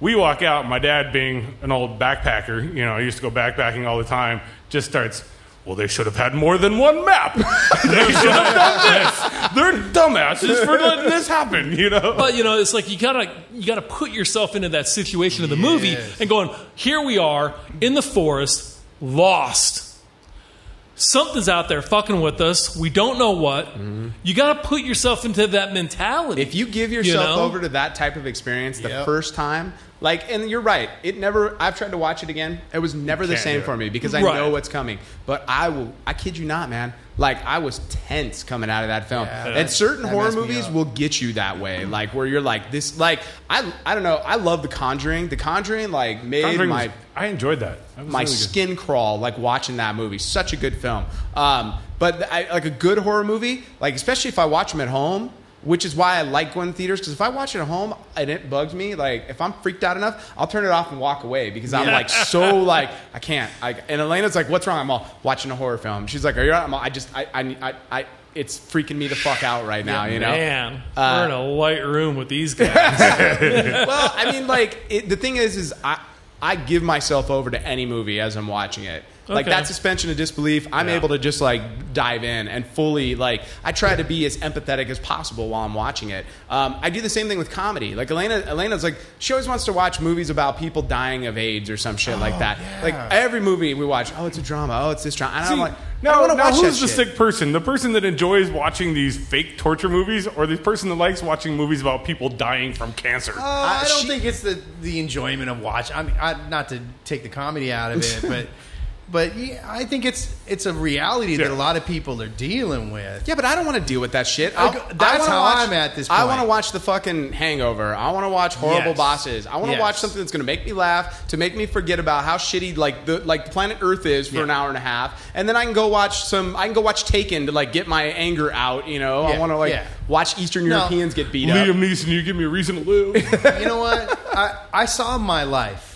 B: we walk out. My dad, being an old backpacker, you know, I used to go backpacking all the time, just starts. Well, they should have had more than one map. they should have done this. They're dumbasses for letting this happen. You know.
F: But you know, it's like you gotta you gotta put yourself into that situation of the movie and going, here we are in the forest, lost. Something's out there fucking with us. We don't know what. You gotta put yourself into that mentality.
A: Mm-hmm. If you give yourself
F: know?
A: over to that type of experience the
C: Yep.
A: first time, like, and you're right, it never. I've tried to watch it again. It was never the
B: can't
A: same
B: do it.
A: for me because I
F: Right.
A: know what's coming. But I will. I kid you not, man. Like I was tense coming out of that film. And certain horror
C: messed me
A: movies
C: up.
A: will get you that way, like where you're like this. Like I, I don't know. I love The Conjuring. The Conjuring like made
B: Conjuring was-
A: my
B: I enjoyed that. that was
A: my
B: really good.
A: skin crawl like watching that movie. Such a good film. Um, but I, like a good horror movie, like especially if I watch them at home, which is why I like going to theaters. Because if I watch it at home and it bugs me, like if I'm freaked out enough, I'll turn it off and walk away because I'm like so like I can't. I, and Elena's like, "What's wrong?" I'm all watching a horror film. She's like, "Are you?" all right?" I'm all, I just I I. I, I it's freaking me the fuck out right now, you know.
F: Man,
A: Uh,
F: we're in a light room with these guys.
A: well, I mean, like it, the thing is, is I I give myself over to any movie as I'm watching it, Like
F: Okay.
A: that suspension of disbelief, I'm able to just like dive in and fully like I try to be as empathetic as possible while I'm watching it. Um, I do the same thing with comedy. Like Elena, Elena's like she always wants to watch movies about people dying of AIDS or some shit
B: Oh,
A: like that. Like every movie we watch, oh it's a drama, oh it's this drama. And I'm like, I
B: Now,
A: don't want to
B: now
A: watch
B: who's the
A: that shit.
B: sick person? The person that enjoys watching these fake torture movies, or the person that likes watching movies about people dying from cancer?
C: I,
A: Uh,
C: don't
A: she-
C: think it's the, the enjoyment of watch. I mean, I, not to take the comedy out of it, but but yeah, I think it's it's a reality that
B: Yeah.
C: a lot of people are dealing with.
A: Yeah, but I don't want to deal with that shit.
C: Like,
A: I'll- I
C: that's
A: wanna
C: how
A: watch-
C: I'm at this
A: I
C: point.
A: want to watch the fucking Hangover. I want to watch horrible
C: Yes.
A: bosses. I want to
C: Yes.
A: watch something that's going to make me laugh, to make me forget about how shitty like the like planet Earth is for
C: Yeah.
A: an hour and a half, and then I can go watch some. I can go watch Taken to like get my anger out. You know, I
C: Yeah,
A: want to like
C: yeah.
A: watch Eastern
C: No.
A: Europeans get beat up.
B: Liam Neeson, you give me a reason to live.
C: You know what? I, I saw my life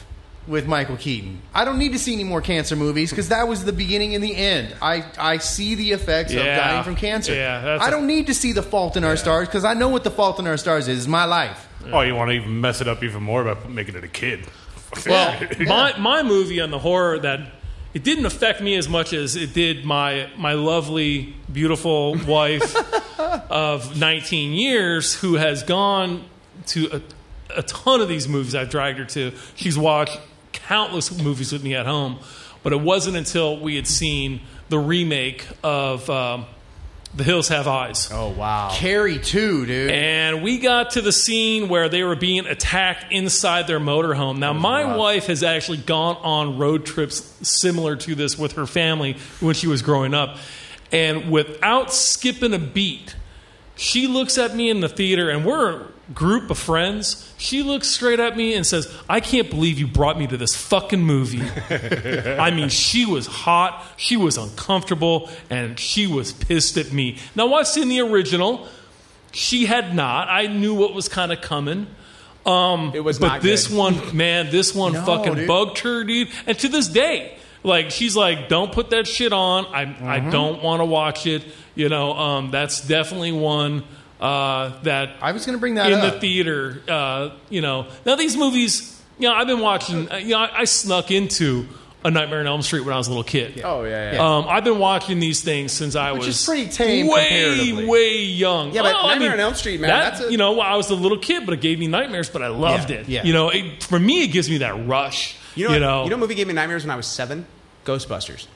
C: with Michael Keaton. I don't need to see any more cancer movies because that was the beginning and the end. I, I see the effects
F: Yeah.
C: of dying from cancer.
F: Yeah, that's
C: I
F: a-
C: don't need to see The Fault in Our Stars because I know what The Fault in Our Stars is. It's my life.
B: oh, you want to even mess it up even more by making it a kid?
F: Well, my my movie on the horror that it didn't affect me as much as it did my my lovely, beautiful wife of 19 years who has gone to a, a ton of these movies I've dragged her to. She's watched countless movies with me at home, but it wasn't until we had seen the remake of um, The Hills Have Eyes.
A: oh wow!
C: Carrie too, dude.
F: And we got to the scene where they were being attacked inside their motorhome. Now, my wife has actually gone on road trips similar to this with her family when she was growing up. And without skipping a beat, she looks at me in the theater, and we're a group of friends. She looks straight at me and says, I can't believe you brought me to this fucking movie. I mean, she was hot, she was uncomfortable, and she was pissed at me. Now, I've seen the original. She had not. I knew what was kind of coming. Um,
A: It was
F: But
A: not
F: this
A: good.
F: one, man, this one fucking
C: dude.
F: bugged her, dude. And to this day, like she's like, "Don't put that shit on. I I
C: Mm-hmm.
F: don't want to watch it." You know, um, that's definitely one uh, that
C: I was going to bring that
F: in
C: up.
F: the theater. Uh, you know, now these movies. You know, I've been watching. uh, You know, I, I snuck into A Nightmare on Elm Street when I was a little kid.
A: Oh yeah, yeah.
F: Um, I've been watching these things since I
C: Which
F: was
C: is pretty tame
F: way,
C: comparatively.
F: way young.
A: Yeah, but
F: I
A: Nightmare on
F: mean,
A: Elm Street, man,
F: that-
A: that's a-
F: you know, I was a little kid, but it gave me nightmares. But I loved
C: Yeah,
F: it.
C: yeah.
F: You know, it, for me, it gives me that rush.
A: you know, what- you know, what movie gave me nightmares when I was seven. Ghostbusters.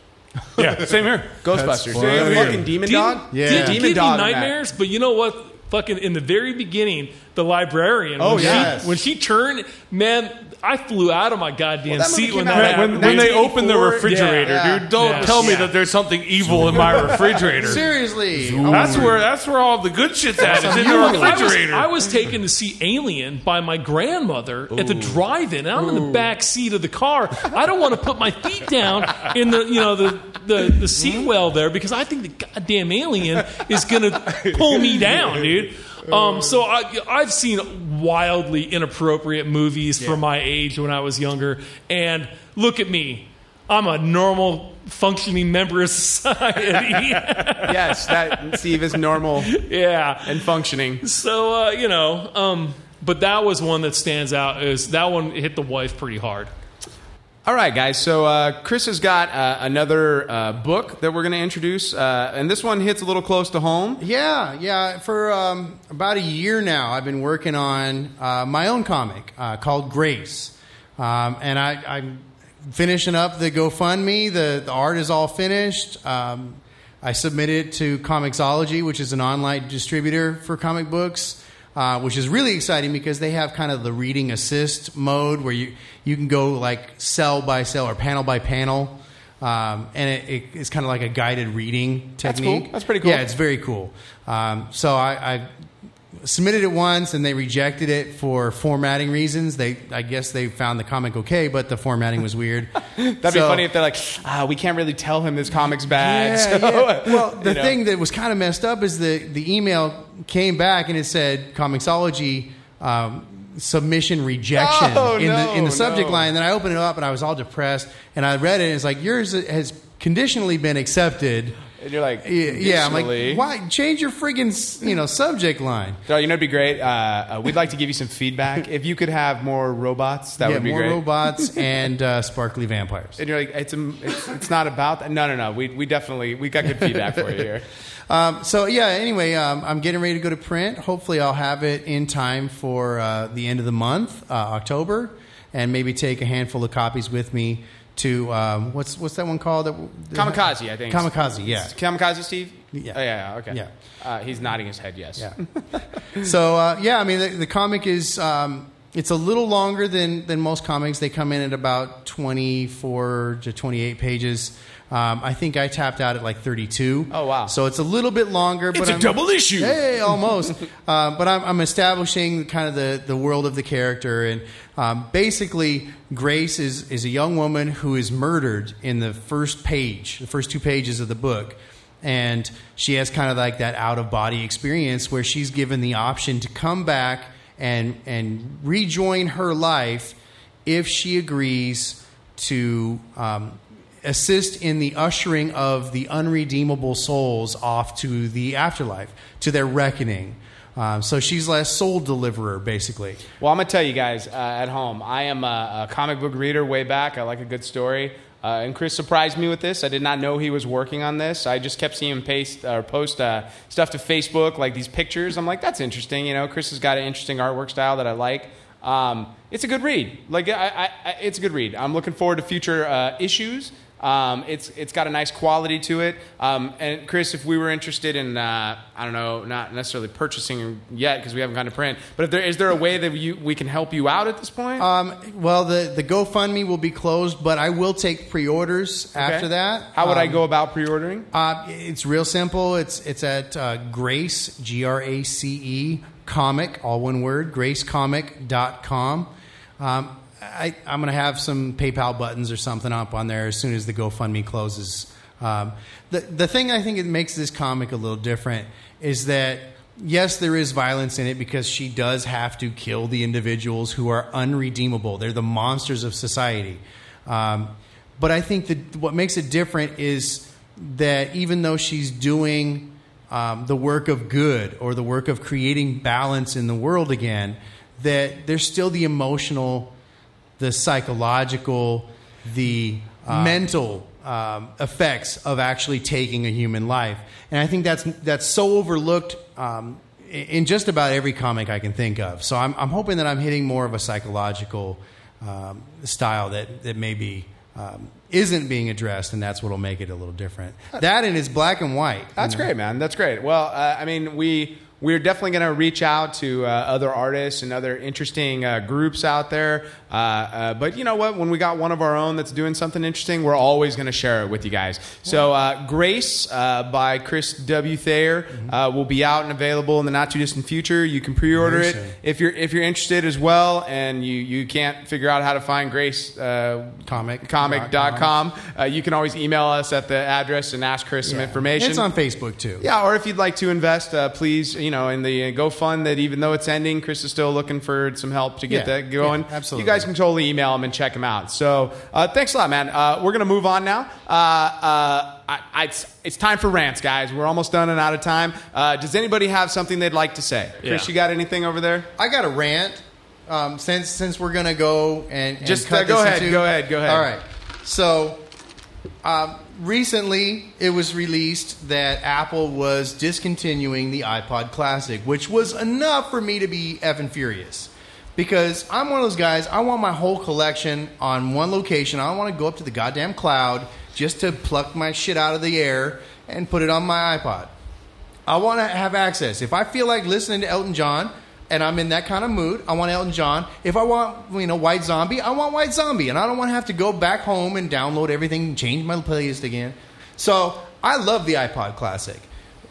B: yeah, same here.
A: Ghostbusters.
C: funny.
A: Fucking Demon
F: Demon-
A: Dog.
C: Yeah.
F: did
A: Demon
F: give
A: Dog.
F: me
A: in that.
F: nightmares. But you know what? Fucking in the very beginning, the librarian.
A: Oh,
F: when
A: yes.
F: She, when she turned, man, I flew out of my goddamn
A: that movie
F: seat
A: came
F: when that
A: out
B: When,
F: happened.
B: when- when they open the
A: 1984,
B: refrigerator,
C: yeah.
B: dude, don't
F: Yeah.
B: tell me
F: Yeah.
B: that there's something evil in my refrigerator.
C: Seriously.
B: That's where that's where all the good shit's at. It's in the
F: You know, I was-
B: refrigerator.
F: I was, taken to see Alien by my grandmother at the drive-in, and I'm in the back seat of the car. I don't want to put my feet down in the you know the the, the
B: Hmm?
F: seat well there because I think the goddamn alien is going to pull me down, dude. Um, so I, I've seen wildly inappropriate movies for my age when I was younger, and look at me. I'm a normal functioning member of society.
A: yes, that Steve is normal
F: yeah.
A: and functioning.
F: So uh, you know, um, but that was one that stands out. Is that one hit the wife pretty hard?
A: All right, guys. So uh, Chris has got uh, another uh, book that we're going to introduce, uh, and this one hits a little close to home.
C: Yeah, yeah. For um, about a year now, I've been working on uh, my own comic uh, called Grace, um, and I, I'm finishing up the GoFundMe. The, the art is all finished. Um, I submitted it to Comixology, which is an online distributor for comic books. Uh, which is really exciting because they have kind of the reading assist mode where you, you can go like cell by cell or panel by panel, um, and it, it, it's kind of like a guided reading
A: That's cool.
C: technique.
A: That's pretty cool.
C: Yeah, it's very cool. Um, so I, I submitted it once, and they rejected it for formatting reasons. They, I guess, they found the comic okay, but the formatting was weird. That'd
A: That'd be funny if they're like, ah, we can't really tell him this comic's bad.
C: yeah,
A: so, uh,
C: yeah. Well, the
A: you know.
C: thing that was kind of messed up is the the email came back and it said Comixology um, submission rejection
A: Oh,
C: in the in
A: no,
C: the subject
A: no.
C: line. Then I opened it up and I was all depressed and I read it and it's like yours has conditionally been accepted.
A: And you're like,
C: Yeah, yeah, I'm
A: "Additionally-"
C: like, why change your friggin' you know subject line?
A: So, you know, it'd be great. Uh, uh, we'd like to give you some feedback. If you could have more robots, that
C: yeah,
A: would be
C: more
A: great.
C: robots and uh, sparkly vampires.
A: and you're like, it's, um it's, it's not about that. No, no, no. We, we definitely, we got good feedback for you here.
C: Um, so yeah, anyway, um, I'm getting ready to go to print. Hopefully, I'll have it in time for uh, the end of the month, uh, October, and maybe take a handful of copies with me to um, what's what's that one called? That,
A: Kamikaze, I think.
C: Kamikaze, yeah.
A: Kamikaze Steve?
C: Yeah.
A: Oh, yeah, yeah, okay.
C: Yeah.
A: Uh, he's nodding his head, yes.
C: Yeah. so uh, yeah, I mean the, the comic is um, it's a little longer than than most comics. They come in at about twenty four to twenty eight pages. Um, I think I tapped out at like thirty two.
A: Oh, wow.
C: So it's a little bit longer. But
H: It's a
C: I'm-
H: double issue.
C: Hey, almost. uh, but I'm, I'm establishing kind of the, the world of the character, and um, basically, Grace is is a young woman who is murdered in the first page, the first two pages of the book, and she has kind of like that out of body experience where she's given the option to come back and and rejoin her life if she agrees to um, assist in the ushering of the unredeemable souls off to the afterlife, to their reckoning. Um, so she's like a soul deliverer, basically.
A: Well, I'm going to tell you guys uh, at home, I am a, a comic book reader way back. I like a good story. Uh, and Chris surprised me with this. I did not know he was working on this. I just kept seeing him paste or post uh, stuff to Facebook, like these pictures. I'm like, that's interesting. You know, Chris has got an interesting artwork style that I like. Um, it's a good read. Like, I, I, I, it's a good read. I'm looking forward to future uh, issues. Um, it's it's got a nice quality to it. Um, and Chris, if we were interested in, uh, I don't know, not necessarily purchasing yet because we haven't gone to print. But if there is there a way that you we can help you out at this point?
C: Um, well, the, the GoFundMe will be closed, but I will take pre orders
A: Okay.
C: after that.
A: how would I
C: Um,
A: go about pre-ordering?
C: Uh, it's real simple. It's it's at uh, Grace G R A C E comic all one word gracecomic.com. Um, I, I'm going to have some PayPal buttons or something up on there as soon as the GoFundMe closes. Um, the the thing I think that makes this comic a little different is that yes, there is violence in it because she does have to kill the individuals who are unredeemable. They're the monsters of society. Um, but I think that what makes it different is that even though she's doing um, the work of good or the work of creating balance in the world again, that there's still the emotional, the psychological, the uh, mental um, effects of actually taking a human life, and I think that's that's so overlooked. Um, i- in just about every comic I can think of, so I'm, I'm hoping that I'm hitting more of a psychological um, style that that maybe um, isn't being addressed, and that's what'll make it a little different. That and it's black and white.
A: That's great, man. That's great. Well, uh, I mean, we we're definitely going to reach out to uh, other artists and other interesting uh, groups out there. Uh, uh, but you know what? When we got one of our own that's doing something interesting, we're always going to share it with you guys. So, uh, Grace uh, by Chris W. Thayer
C: Mm-hmm.
A: uh, will be out and available in the not too distant future. You can pre-order
C: Very
A: it
C: soon.
A: if you're if you're interested as well, and you you can't figure out how to find Grace uh,
C: Comic.
A: comic.com. Uh, you can always email us at the address and ask Chris some
C: Yeah.
A: information.
C: It's on Facebook too.
A: Yeah, or if you'd like to invest, uh, please, you know, in the uh, GoFund that even though it's ending, Chris is still looking for some help to get
C: Yeah,
A: that going.
C: yeah, absolutely.
A: You guys can totally email him and check him out. So uh, thanks a lot, man. Uh, we're going to move on now. Uh, uh, I, I, it's, it's time for rants, guys. We're almost done and out of time. Uh, does anybody have something they'd like to say? Chris,
F: Yeah.
A: you got anything over there?
C: I got a rant. Um, since since we're gonna go and, and
A: Just,
C: cut
A: uh, go
C: this
A: ahead,
C: into-
A: go ahead, go ahead.
C: All right. So um, recently, it was released that Apple was discontinuing the iPod Classic, which was enough for me to be effing furious because I'm one of those guys. I want my whole collection on one location. I don't want to go up to the goddamn cloud just to pluck my shit out of the air and put it on my iPod. I want to have access. If I feel like listening to Elton John and I'm in that kind of mood, I want Elton John. If I want, you know, White Zombie, I want White Zombie. And I don't want to have to go back home and download everything and change my playlist again. So I love the iPod Classic.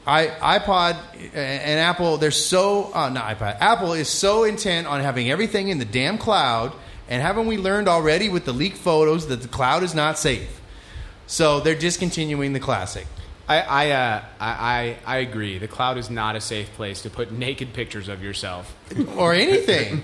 C: I, iPod and Apple, they're so, uh, not iPod, Apple is so intent on having everything in the damn cloud. And haven't we learned already with the leaked photos that the cloud is not safe? So they're discontinuing the Classic.
A: I I, uh, I I I agree. The cloud is not a safe place to put naked pictures of yourself.
C: or anything.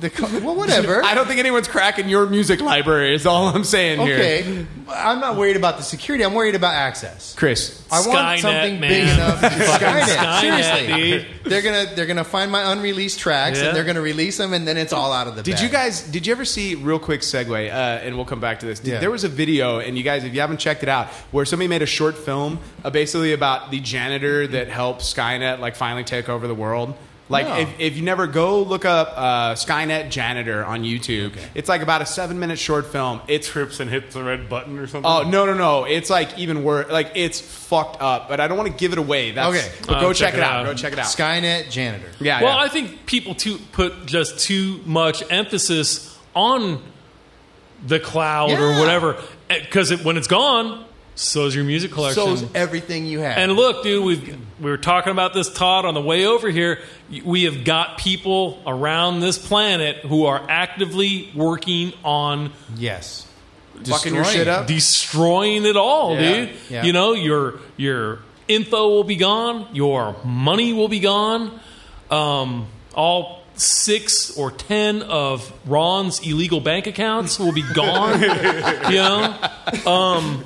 C: The co- well, whatever.
A: I don't think anyone's cracking your music library. Is all I'm saying here.
C: Okay, I'm not worried about the security. I'm worried about access.
A: Chris.
C: I want
F: Skynet,
C: something big
F: man.
C: enough. Skynet,
F: Skynet, dude.
C: seriously. They're gonna they're gonna find my unreleased tracks
F: Yeah.
C: and they're gonna release them and then it's all out of the.
A: Did
C: bag.
A: you guys? Did you ever see? Real quick segue, uh, and we'll come back to this. Did-
C: Yeah.
A: There was a video, and you guys, if you haven't checked it out, where somebody made a short film, uh, basically about the janitor that helped Skynet like finally take over the world. Like,
C: No.
A: if, if you never go look up uh, Skynet janitor on YouTube, it's like about a seven minute short film. It's
B: trips and hits the red button or something.
A: Oh no no no! It's like even worse. Like it's fucked up. But I don't want to give it away. That's,
C: Okay.
A: but
F: I'll
A: go Oh, check, it out.
F: out.
A: Go check it out.
C: Skynet janitor?
A: yeah.
F: Well,
A: yeah.
F: I think people too put just too much emphasis on the cloud
C: Yeah.
F: or whatever because it, when it's gone, so's your music collection.
C: So everything you have.
F: And look, dude, we we were talking about this, Todd, on the way over here. We have got people around this planet who are actively working on
C: yes,
A: fucking your
C: destroying
A: shit
C: it.
A: up.
F: destroying it all,
A: Yeah,
F: dude.
C: yeah.
F: You know, your your info will be gone, your money will be gone. Um, all six or ten of Ron's illegal bank accounts will be gone. you know, um,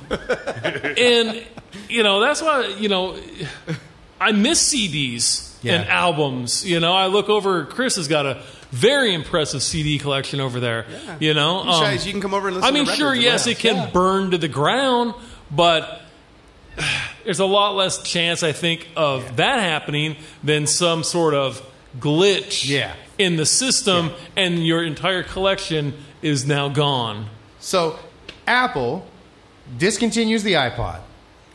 F: and you know that's why you know I miss CDs
C: Yeah.
F: and albums. You know, I look over. Chris has got a very impressive CD collection over there. You know,
A: You
F: um,
A: guys, you can come over and listen.
F: I mean,
A: to
F: sure,
A: records.
F: yes, it can burn to the ground, but there's a lot less chance, I think, of that happening than some sort of glitch
C: Yeah.
F: in the system, and your entire collection is now gone.
C: So Apple discontinues the iPod.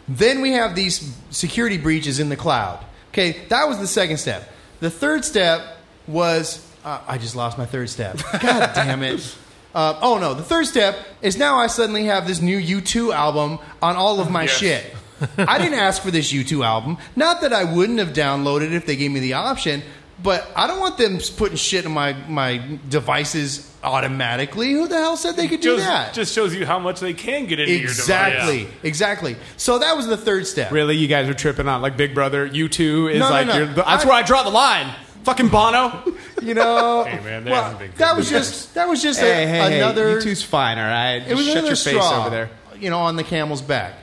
C: Then we have these security breaches in the cloud. Okay, that was the second step. The third step was uh, I just lost my third step. God damn it. Uh, oh no, the third step is now I suddenly have this new U2 album on all of my shit. I didn't ask for this U2 album. Not that I wouldn't have downloaded it if they gave me the option, but I don't want them putting shit in my, my devices automatically. Who the hell said they could do
B: just,
C: that?
B: just shows you how much they can get into your
C: Exactly.
B: device.
C: Exactly. So that was the third step.
A: Really, you guys are tripping on like Big Brother. You two is
C: No, no,
A: like
C: no.
A: You're, that's where I draw the line. Fucking Bono.
C: You know,
B: Hey, man, that
C: well,
B: hasn't been good
C: that was
B: news.
C: just that was just
A: hey,
C: a,
A: hey,
C: another.
A: Hey, you two's fine. All right,
C: it was
A: Just shut
C: another
A: your face
C: straw,
A: over there.
C: You know, on the camel's back.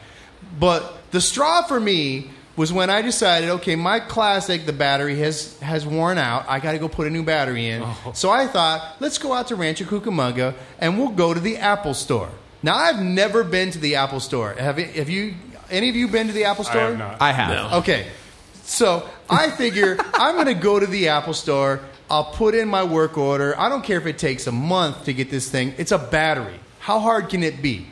C: But the straw for me was when I decided, okay, my classic, the battery has has worn out. I got to go put a new battery in.
B: Oh.
C: So I thought, let's go out to Rancho Cucamonga and we'll go to the Apple Store. Now I've never been to the Apple Store. Have you? Have you? Any of you been to the Apple Store?
B: I have not.
A: I have.
C: Okay. So I figure I'm going to go to the Apple store. I'll put in my work order. I don't care if it takes a month to get this thing. It's a battery. How hard can it be?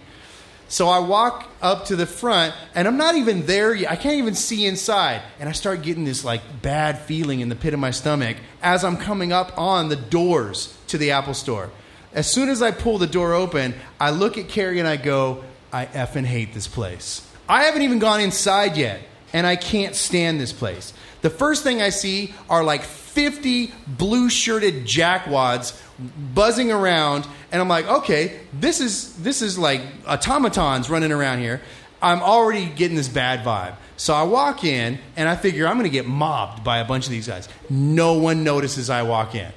C: So I walk up to the front and I'm not even there yet. I can't even see inside. And I start getting this like bad feeling in the pit of my stomach as I'm coming up on the doors to the Apple store. As soon as I pull the door open, I look at Carrie and I go, I effing hate this place. I haven't even gone inside yet, and I can't stand this place. The first thing I see are like 50 blue shirted jackwads buzzing around, and I'm like, okay, this is this is like automatons running around here. I'm already getting this bad vibe. So I walk in and I figure I'm gonna get mobbed by a bunch of these guys. No one notices I walk in.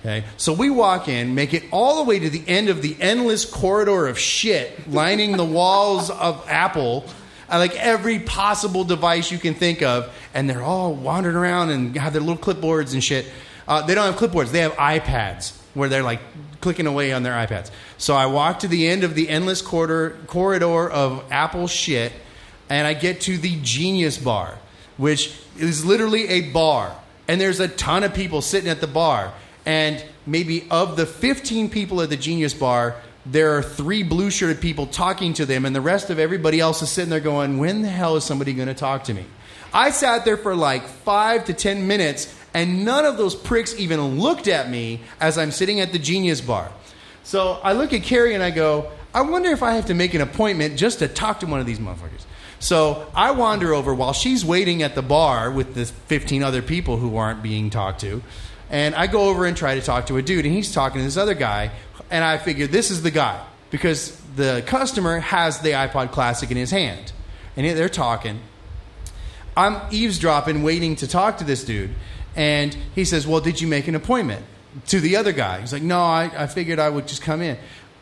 C: Okay. So we walk in, make it all the way to the end of the endless corridor of shit lining the walls of Apple, uh, like every possible device you can think of, and they're all wandering around and have their little clipboards and shit. Uh, they don't have clipboards; they have iPads where they're like clicking away on their iPads. So I walk to the end of the endless corridor corridor of Apple shit, and I get to the Genius Bar, which is literally a bar, and there's a ton of people sitting at the bar. And maybe of the 15 people at the Genius Bar, there are three blue shirted people talking to them, and the rest of everybody else is sitting there going, When the hell is somebody going to talk to me? I sat there for like five to 10 minutes, and none of those pricks even looked at me as I'm sitting at the Genius Bar. So I look at Carrie and I go, I wonder if I have to make an appointment just to talk to one of these motherfuckers. So I wander over while she's waiting at the bar with the 15 other people who aren't being talked to. And I go over and try to talk to a dude, and he's talking to this other guy. And I figure this is the guy because the customer has the iPod Classic in his hand. And they're talking. I'm eavesdropping, waiting to talk to this dude. And he says, Well, did you make an appointment to the other guy? He's like, No, I, I figured I would just come in.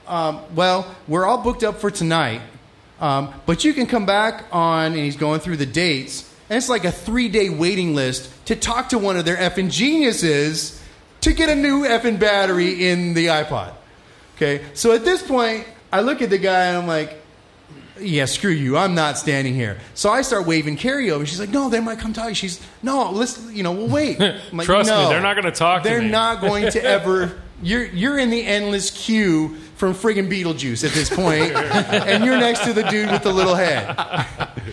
C: Um, well, we're all booked up for tonight, um, but you can come back on, and he's going through the dates. And it's like a three day waiting list to talk to one of their effing geniuses to get a new effing battery in the iPod. Okay, so at this point, I look at the guy and I'm like, yeah, screw you. I'm not standing here. So I start waving Carrie over. She's like, no, they might come talk. to you." She's, no, let's, you know, we'll wait. I'm like,
F: Trust me,
C: "No,
F: they're not gonna talk to
C: They're
F: me."
C: not going to ever. You're, you're in the endless queue from friggin' Beetlejuice at this point, and you're next to the dude with the little head.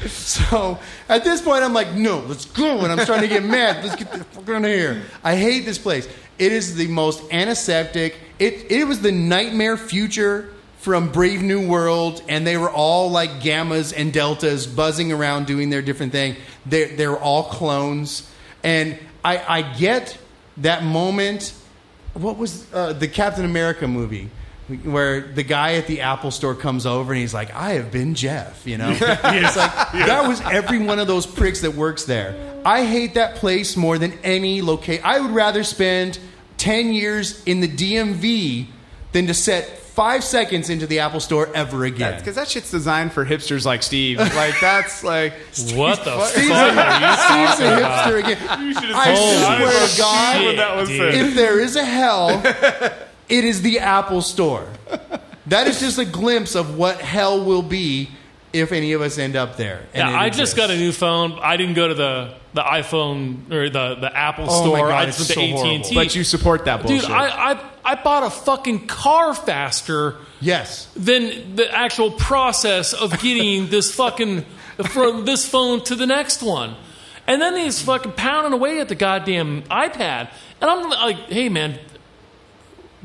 C: So at this point, I'm like, no, let's go. And I'm starting to get mad. Let's get the fuck out of here. I hate this place. It is the most antiseptic. It, it was the nightmare future from Brave New World, and they were all like gammas and deltas buzzing around doing their different thing. They're, they're all clones. And I, I get that moment. What was uh, the Captain America movie? Where the guy at the Apple store comes over and he's like, I have been Jeff, you know? It's like, that was every one of those pricks that works there. I hate that place more than any location. I would rather spend 10 years in the DMV than to set five seconds into the Apple store ever again.
A: Because that shit's designed for hipsters like Steve. Like that's like
F: What the fuck?
C: Steve's, Steve's a hipster again.
B: You should have
C: I
B: told me.
C: swear
B: I
C: to God,
B: knew what that was
F: dude.
B: said.
C: if there is a hell, it is the Apple Store. That is just a glimpse of what hell will be if any of us end up there. And
F: Yeah,
C: it
F: I just
C: exists.
F: got a new phone. I didn't go to the, the iPhone or the, the Apple
C: Oh my
F: store.
C: God,
F: I
C: it's so
F: just went to AT and
C: horrible.
F: T.
A: but you support that
F: dude,
A: bullshit.
F: I, I I bought a fucking car faster
C: Yes.
F: than the actual process of getting this fucking from this phone to the next one. And then he's fucking pounding away at the goddamn iPad. And I'm like, hey man,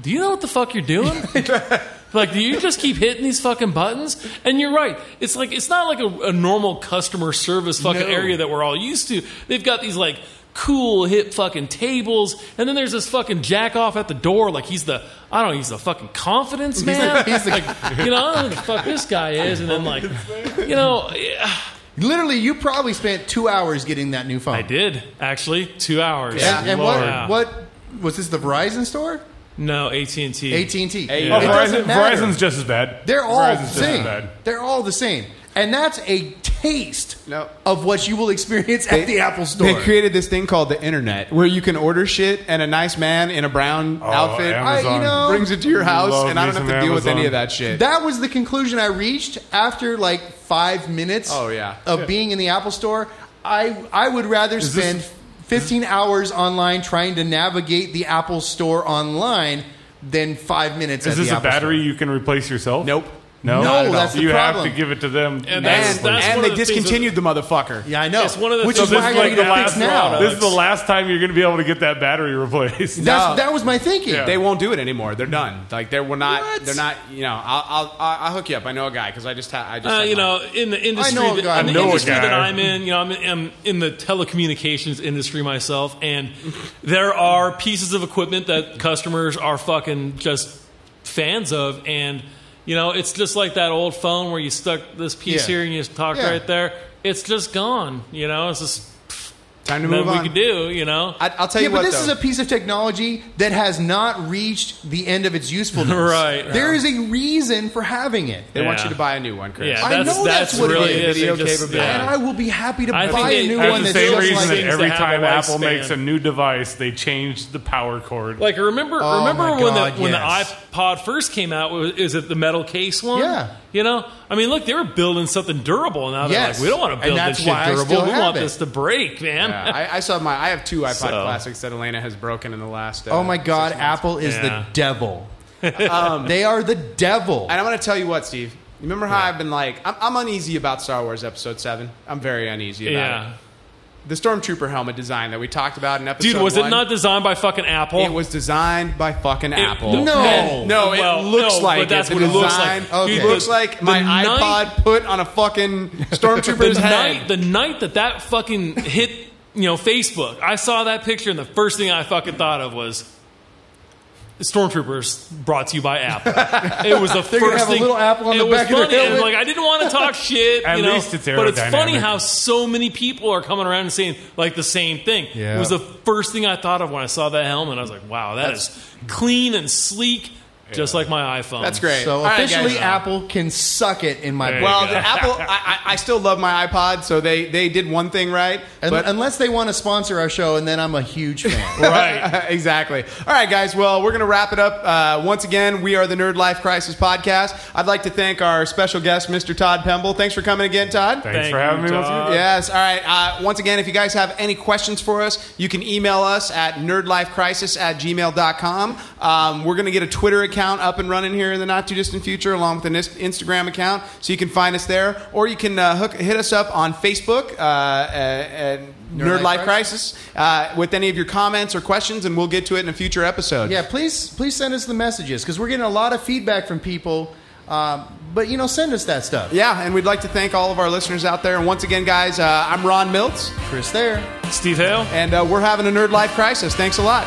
F: do you know what the fuck you're doing? like, do you just keep hitting these fucking buttons? And you're right. It's like it's not like a, a normal customer service fucking
C: No.
F: area that we're all used to. They've got these like cool hip fucking tables, and then there's this fucking jack off at the door. Like he's the I don't know. He's the fucking confidence man.
C: he's the-
F: like you know I don't know who the fuck this guy is, and then like you know yeah,
C: Literally, you probably spent two hours getting that new phone.
F: I did actually two hours.
C: And, and what,
F: Yeah.
C: what was this? The Verizon store,
F: No, AT and T.
C: AT and T.
B: Oh, Verizon, Verizon's just as bad.
C: They're all
B: Verizon's just
C: the
B: as
C: same.
B: bad.
C: They're all the same, and that's a taste
A: No.
C: of what you will experience at the Apple Store.
A: They created this thing called the internet where you can order shit and a nice man in a brown outfit
C: I- you
B: Oh, Amazon.
C: know-
A: brings it to your house
B: Love
A: and I
B: me
A: don't have to
B: some
A: deal with
B: Amazon.
A: any of that shit.
C: That was the conclusion I reached after like five minutes.
A: Oh, yeah.
C: of being in the Apple Store. I I would rather
B: this-
C: spend fifteen hours online trying to navigate the Apple Store online than five minutes.
B: Is
C: at
B: this
C: the
B: a
C: Apple
B: battery
C: Store.
B: you can replace yourself?
A: Nope.
B: No,
C: No,
B: Not at all.
C: that's the
B: you have
C: problem.
B: to give it to them.
F: And
A: and
F: that's- that's
A: and
F: one
A: they
F: of the things that-
A: discontinued the motherfucker.
C: Yeah, I know.
F: It's one of the
C: which
F: things-
C: is
F: So
C: why
F: this
C: I
F: is
C: got
F: like
C: to get
F: the
C: it fixed
F: last
C: now.
F: product.
B: This is the last time you're going to be able to get that battery replaced.
C: That's,
A: No.
C: That was my thinking.
A: They won't do it anymore. They're done. Like they're we're not.
C: What?
A: They're not. You know, I'll I'll, I'll hook you up. I know a guy because I just ha- I just
F: Uh,
A: had
F: you
A: mine.
F: know, in the industry,
C: know a guy.
F: that, in
B: I
F: the
B: know a
F: industry
B: guy.
F: that I'm in, you know, I'm, I'm in the telecommunications industry myself, and there are pieces of equipment that customers are fucking just fans of, and you know, it's just like that old phone where you stuck this piece
C: Yeah.
F: here and you just talk
C: Yeah.
F: right there. It's just gone. You know, it's just
A: time to
F: nothing
A: move
F: we
A: on.
F: could do. You know,
A: I, I'll tell
C: Yeah,
A: you what.
C: but this is
A: though.
C: a piece of technology that has not reached the end of its usefulness.
F: Right.
C: There is a reason for having it.
A: they want
F: Yeah.
A: you to buy a new one, Chris.
F: yeah,
C: I
F: that's,
C: know that's what it
F: really
C: is.
F: it. They
A: Video
F: just-
A: capability.
F: yeah.
C: And I will be happy to
F: I think
C: buy a
F: they-
C: new
F: that's
C: one
B: That's the
C: that's
B: same
C: just
B: reason
C: like
B: that
F: things
B: every
F: that have
B: time
F: a
B: Apple
F: lifespan.
B: makes a new device, they change the power cord.
F: Like remember,
C: Oh,
F: remember
C: my
F: when
C: God,
F: the when
C: yes.
F: the iPod first came out? wa- Is it the metal case one?
C: Yeah.
F: You know, I mean, look, they were building something durable, and now they're
C: Yes.
F: like, we don't want
C: And
F: to build
C: that's
F: this shit
C: why I
F: durable.
C: still
F: we
C: have
F: want
C: it."
F: this to break, man.
A: Yeah, I, I saw my. I have two iPod
F: So-
A: classics that Elena has broken in the last. Uh,
C: Oh my
A: six
C: God,
A: months.
C: Apple is
F: Yeah.
C: the devil. they are the devil.
A: And I'm going to tell you what, Steve. You Remember how I've been like, I'm, I'm uneasy about Star Wars Episode Seven. I'm very uneasy about
F: Yeah.
A: it. The stormtrooper helmet design that we talked about in episode.
F: dude, was
A: one,
F: it not designed by fucking Apple?
A: It was designed by fucking
F: It-
A: Apple.
C: No.
F: man,
A: No, it
F: well,
A: looks
F: no,
A: like
F: but that's
A: it. The
F: what it looks
A: design
F: like.
C: okay.
F: Dude,
A: looks
F: the-
A: like my
F: the night-
A: iPod put on a fucking
F: the
A: stormtrooper's head.
F: night the night that that fucking hit you know Facebook, I saw that picture, and the first thing I fucking thought of was Stormtroopers brought to you by Apple. It was the first
C: gonna have a
F: thing.
C: little apple on
F: it
C: the
F: was
C: back of
F: funny.
C: their
F: and,
C: helmet.
F: like I didn't want to talk shit.
B: At
F: you know,
B: least it's
F: but it's funny
B: aerodynamic.
F: how so many people are coming around and saying like the same thing.
C: Yeah.
F: It was the first thing I thought of when I saw that helmet. I was like, wow, that's, clean and sleek, just like my iPhone.
A: That's great.
C: So
A: All right,
C: officially,
A: guys.
C: Apple can suck it in my
B: There you
C: book.
A: Well, the Apple. I, I, I still love my iPod, so they they did one thing right.
C: Un-
A: but
C: unless they want to sponsor our show, and then I'm a huge fan.
B: Right.
A: exactly. All right, guys. Well, we're going to wrap it up. Uh, once again, we are the Nerd Life Crisis Podcast. I'd like to thank our special guest, Mr. Todd Pemble. Thanks for coming again, Todd.
B: Thanks
F: Thank
B: for having
F: you,
B: me once
F: Todd.
B: again.
A: Yes. All right. Uh, once again, if you guys have any questions for us, you can email us at nerdlifecrisis at gmail.com. Um, we're going to get a Twitter account up and running here in the not too distant future, along with an Inst- Instagram account, so you can find us there. Or you can uh, hook, hit us up on Facebook uh, at Nerd,
C: Nerd Life
A: Life Crisis uh, with any of your comments or questions, and we'll get to it in a future episode.
C: yeah, please, please send us the messages because we're getting a lot of feedback from people. Um, but you know, send us that stuff.
A: Yeah, and we'd like to thank all of our listeners out there. And once again, guys, uh, I'm Ron Miltz,
C: Chris, there.
F: Steve Hale.
A: and uh, we're having a Nerd Life Crisis. Thanks a lot.